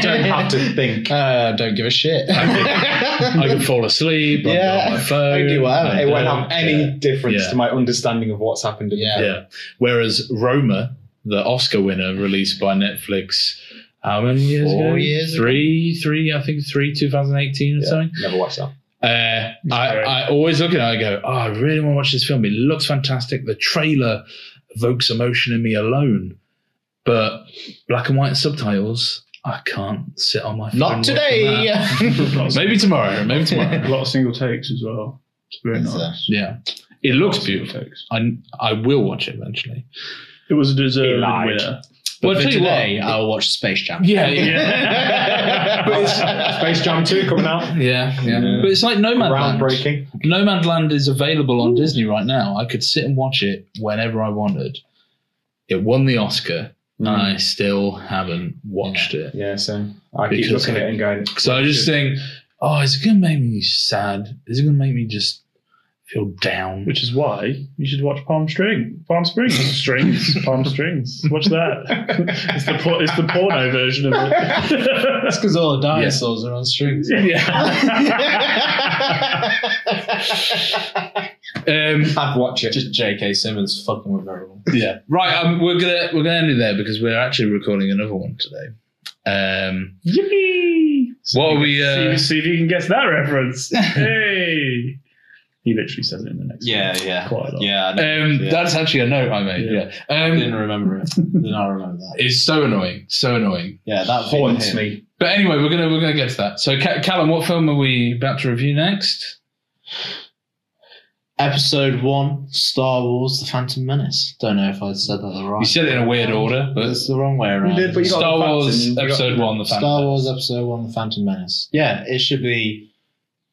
Speaker 3: [laughs] Don't have to think.
Speaker 4: Uh, don't give a shit.
Speaker 1: I can fall asleep. I'll be
Speaker 4: Yeah.
Speaker 1: on my phone.
Speaker 4: I do whatever.
Speaker 1: [laughs] I
Speaker 3: It won't
Speaker 1: don't-
Speaker 3: have any difference
Speaker 1: Yeah.
Speaker 3: to my understanding of what's happened. In the
Speaker 4: Yeah.
Speaker 1: Yeah. Whereas Roma, the Oscar winner released by Netflix, how many years
Speaker 4: Four
Speaker 1: ago?
Speaker 4: years ago.
Speaker 1: three, three, I think three, 2018 or
Speaker 3: Yeah.
Speaker 1: something.
Speaker 3: Never watched
Speaker 1: [laughs]
Speaker 3: that.
Speaker 1: Uh, I,
Speaker 2: Sorry.
Speaker 1: I always look at it, I go, oh, I really want to watch this film. It looks fantastic. The trailer evokes emotion in me alone. But black and white subtitles, I can't sit on my phone.
Speaker 4: [laughs] Not
Speaker 1: watching
Speaker 4: today.
Speaker 1: that. Maybe tomorrow. Maybe tomorrow.
Speaker 4: [laughs]
Speaker 2: a lot of single takes as well. It's very
Speaker 4: That's, uh,
Speaker 2: nice.
Speaker 1: yeah, it looks
Speaker 2: Lots of single
Speaker 1: beautiful.
Speaker 2: takes.
Speaker 1: I I will watch it eventually.
Speaker 2: It was a deserved
Speaker 4: lied.
Speaker 2: winner.
Speaker 4: [laughs] But
Speaker 1: Well,
Speaker 4: for
Speaker 1: tell you
Speaker 4: today,
Speaker 1: what.
Speaker 4: I'll watch Space
Speaker 1: [laughs]
Speaker 4: Jam.
Speaker 1: Yeah,
Speaker 2: yeah.
Speaker 3: But it's- Space Jam 2 coming out.
Speaker 1: Yeah, yeah,
Speaker 3: Yeah.
Speaker 1: But it's like Nomad Land.
Speaker 3: Groundbreaking.
Speaker 1: Nomad Land is available on Disney right now. I could sit and watch it whenever I wanted. It won the Oscar, and I still haven't watched it.
Speaker 3: Yeah, so I keep
Speaker 1: Because-
Speaker 3: looking at it
Speaker 1: [laughs]
Speaker 3: and going.
Speaker 1: So I just think, oh, is it going to make me sad? Is it going to make me just feel down?
Speaker 2: Which is why you should watch Palm String. Palm Springs. Strings. [laughs] Palm Strings. Watch [laughs] that. It's the, por- it's the porno version of [laughs] it.
Speaker 4: because all the
Speaker 1: dinosaurs
Speaker 4: are on strings.
Speaker 1: Um,
Speaker 3: I'd watch it.
Speaker 4: Just J.K. Simmons fucking with everyone.
Speaker 1: yeah. Right. Um, we're gonna we're gonna end it there because we're actually recording another one today. Um,
Speaker 2: [laughs] Yippee!
Speaker 1: what are we?
Speaker 2: See,
Speaker 1: Uh,
Speaker 2: see if you can guess that reference. [laughs] hey! He literally says it in the next
Speaker 4: Yeah, yeah,
Speaker 2: Quite a lot.
Speaker 4: yeah. I know.
Speaker 1: um,
Speaker 4: Yeah.
Speaker 1: that's actually a note I made. Yeah.
Speaker 2: Yeah.
Speaker 4: I
Speaker 1: Um,
Speaker 4: didn't remember it. Did not remember that.
Speaker 1: it's so annoying. So annoying.
Speaker 4: Yeah, that
Speaker 3: Haunts me.
Speaker 1: But anyway, we're gonna we're gonna get to that. So, Ca- Callum, what film are we about to review next?
Speaker 4: Episode one, Star Wars: The Phantom Menace. Don't know if I said that the right.
Speaker 1: You said it in a weird order, but
Speaker 4: It's the wrong way around.
Speaker 3: did, but you got
Speaker 1: Star
Speaker 3: the facts
Speaker 1: Wars
Speaker 3: and you got-
Speaker 1: Episode One, the Phantom.
Speaker 4: Star Wars Episode One: The Phantom Menace. Yeah, it should be.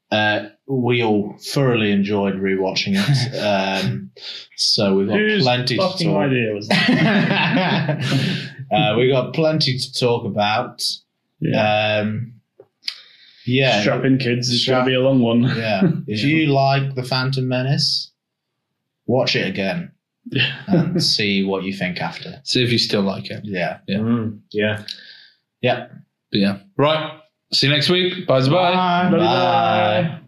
Speaker 4: Uh, we all thoroughly enjoyed rewatching
Speaker 3: [laughs]
Speaker 4: it, um, so we've got
Speaker 2: Whose
Speaker 4: plenty to
Speaker 2: fucking
Speaker 4: talk.
Speaker 2: idea was that?
Speaker 4: [laughs] uh, we've got plenty to talk about.
Speaker 2: Yeah.
Speaker 4: Um, yeah,
Speaker 2: Strap in, kids. It's going
Speaker 4: Strap-
Speaker 2: to be a long one.
Speaker 4: yeah. If you like the Phantom Menace, watch it again and see what you think after.
Speaker 1: See if you still like it.
Speaker 4: Yeah.
Speaker 1: Yeah.
Speaker 3: Mm, yeah.
Speaker 4: Yeah.
Speaker 1: But yeah. Right. See you next week. Bye. Bye.
Speaker 4: Bye.
Speaker 2: Bye.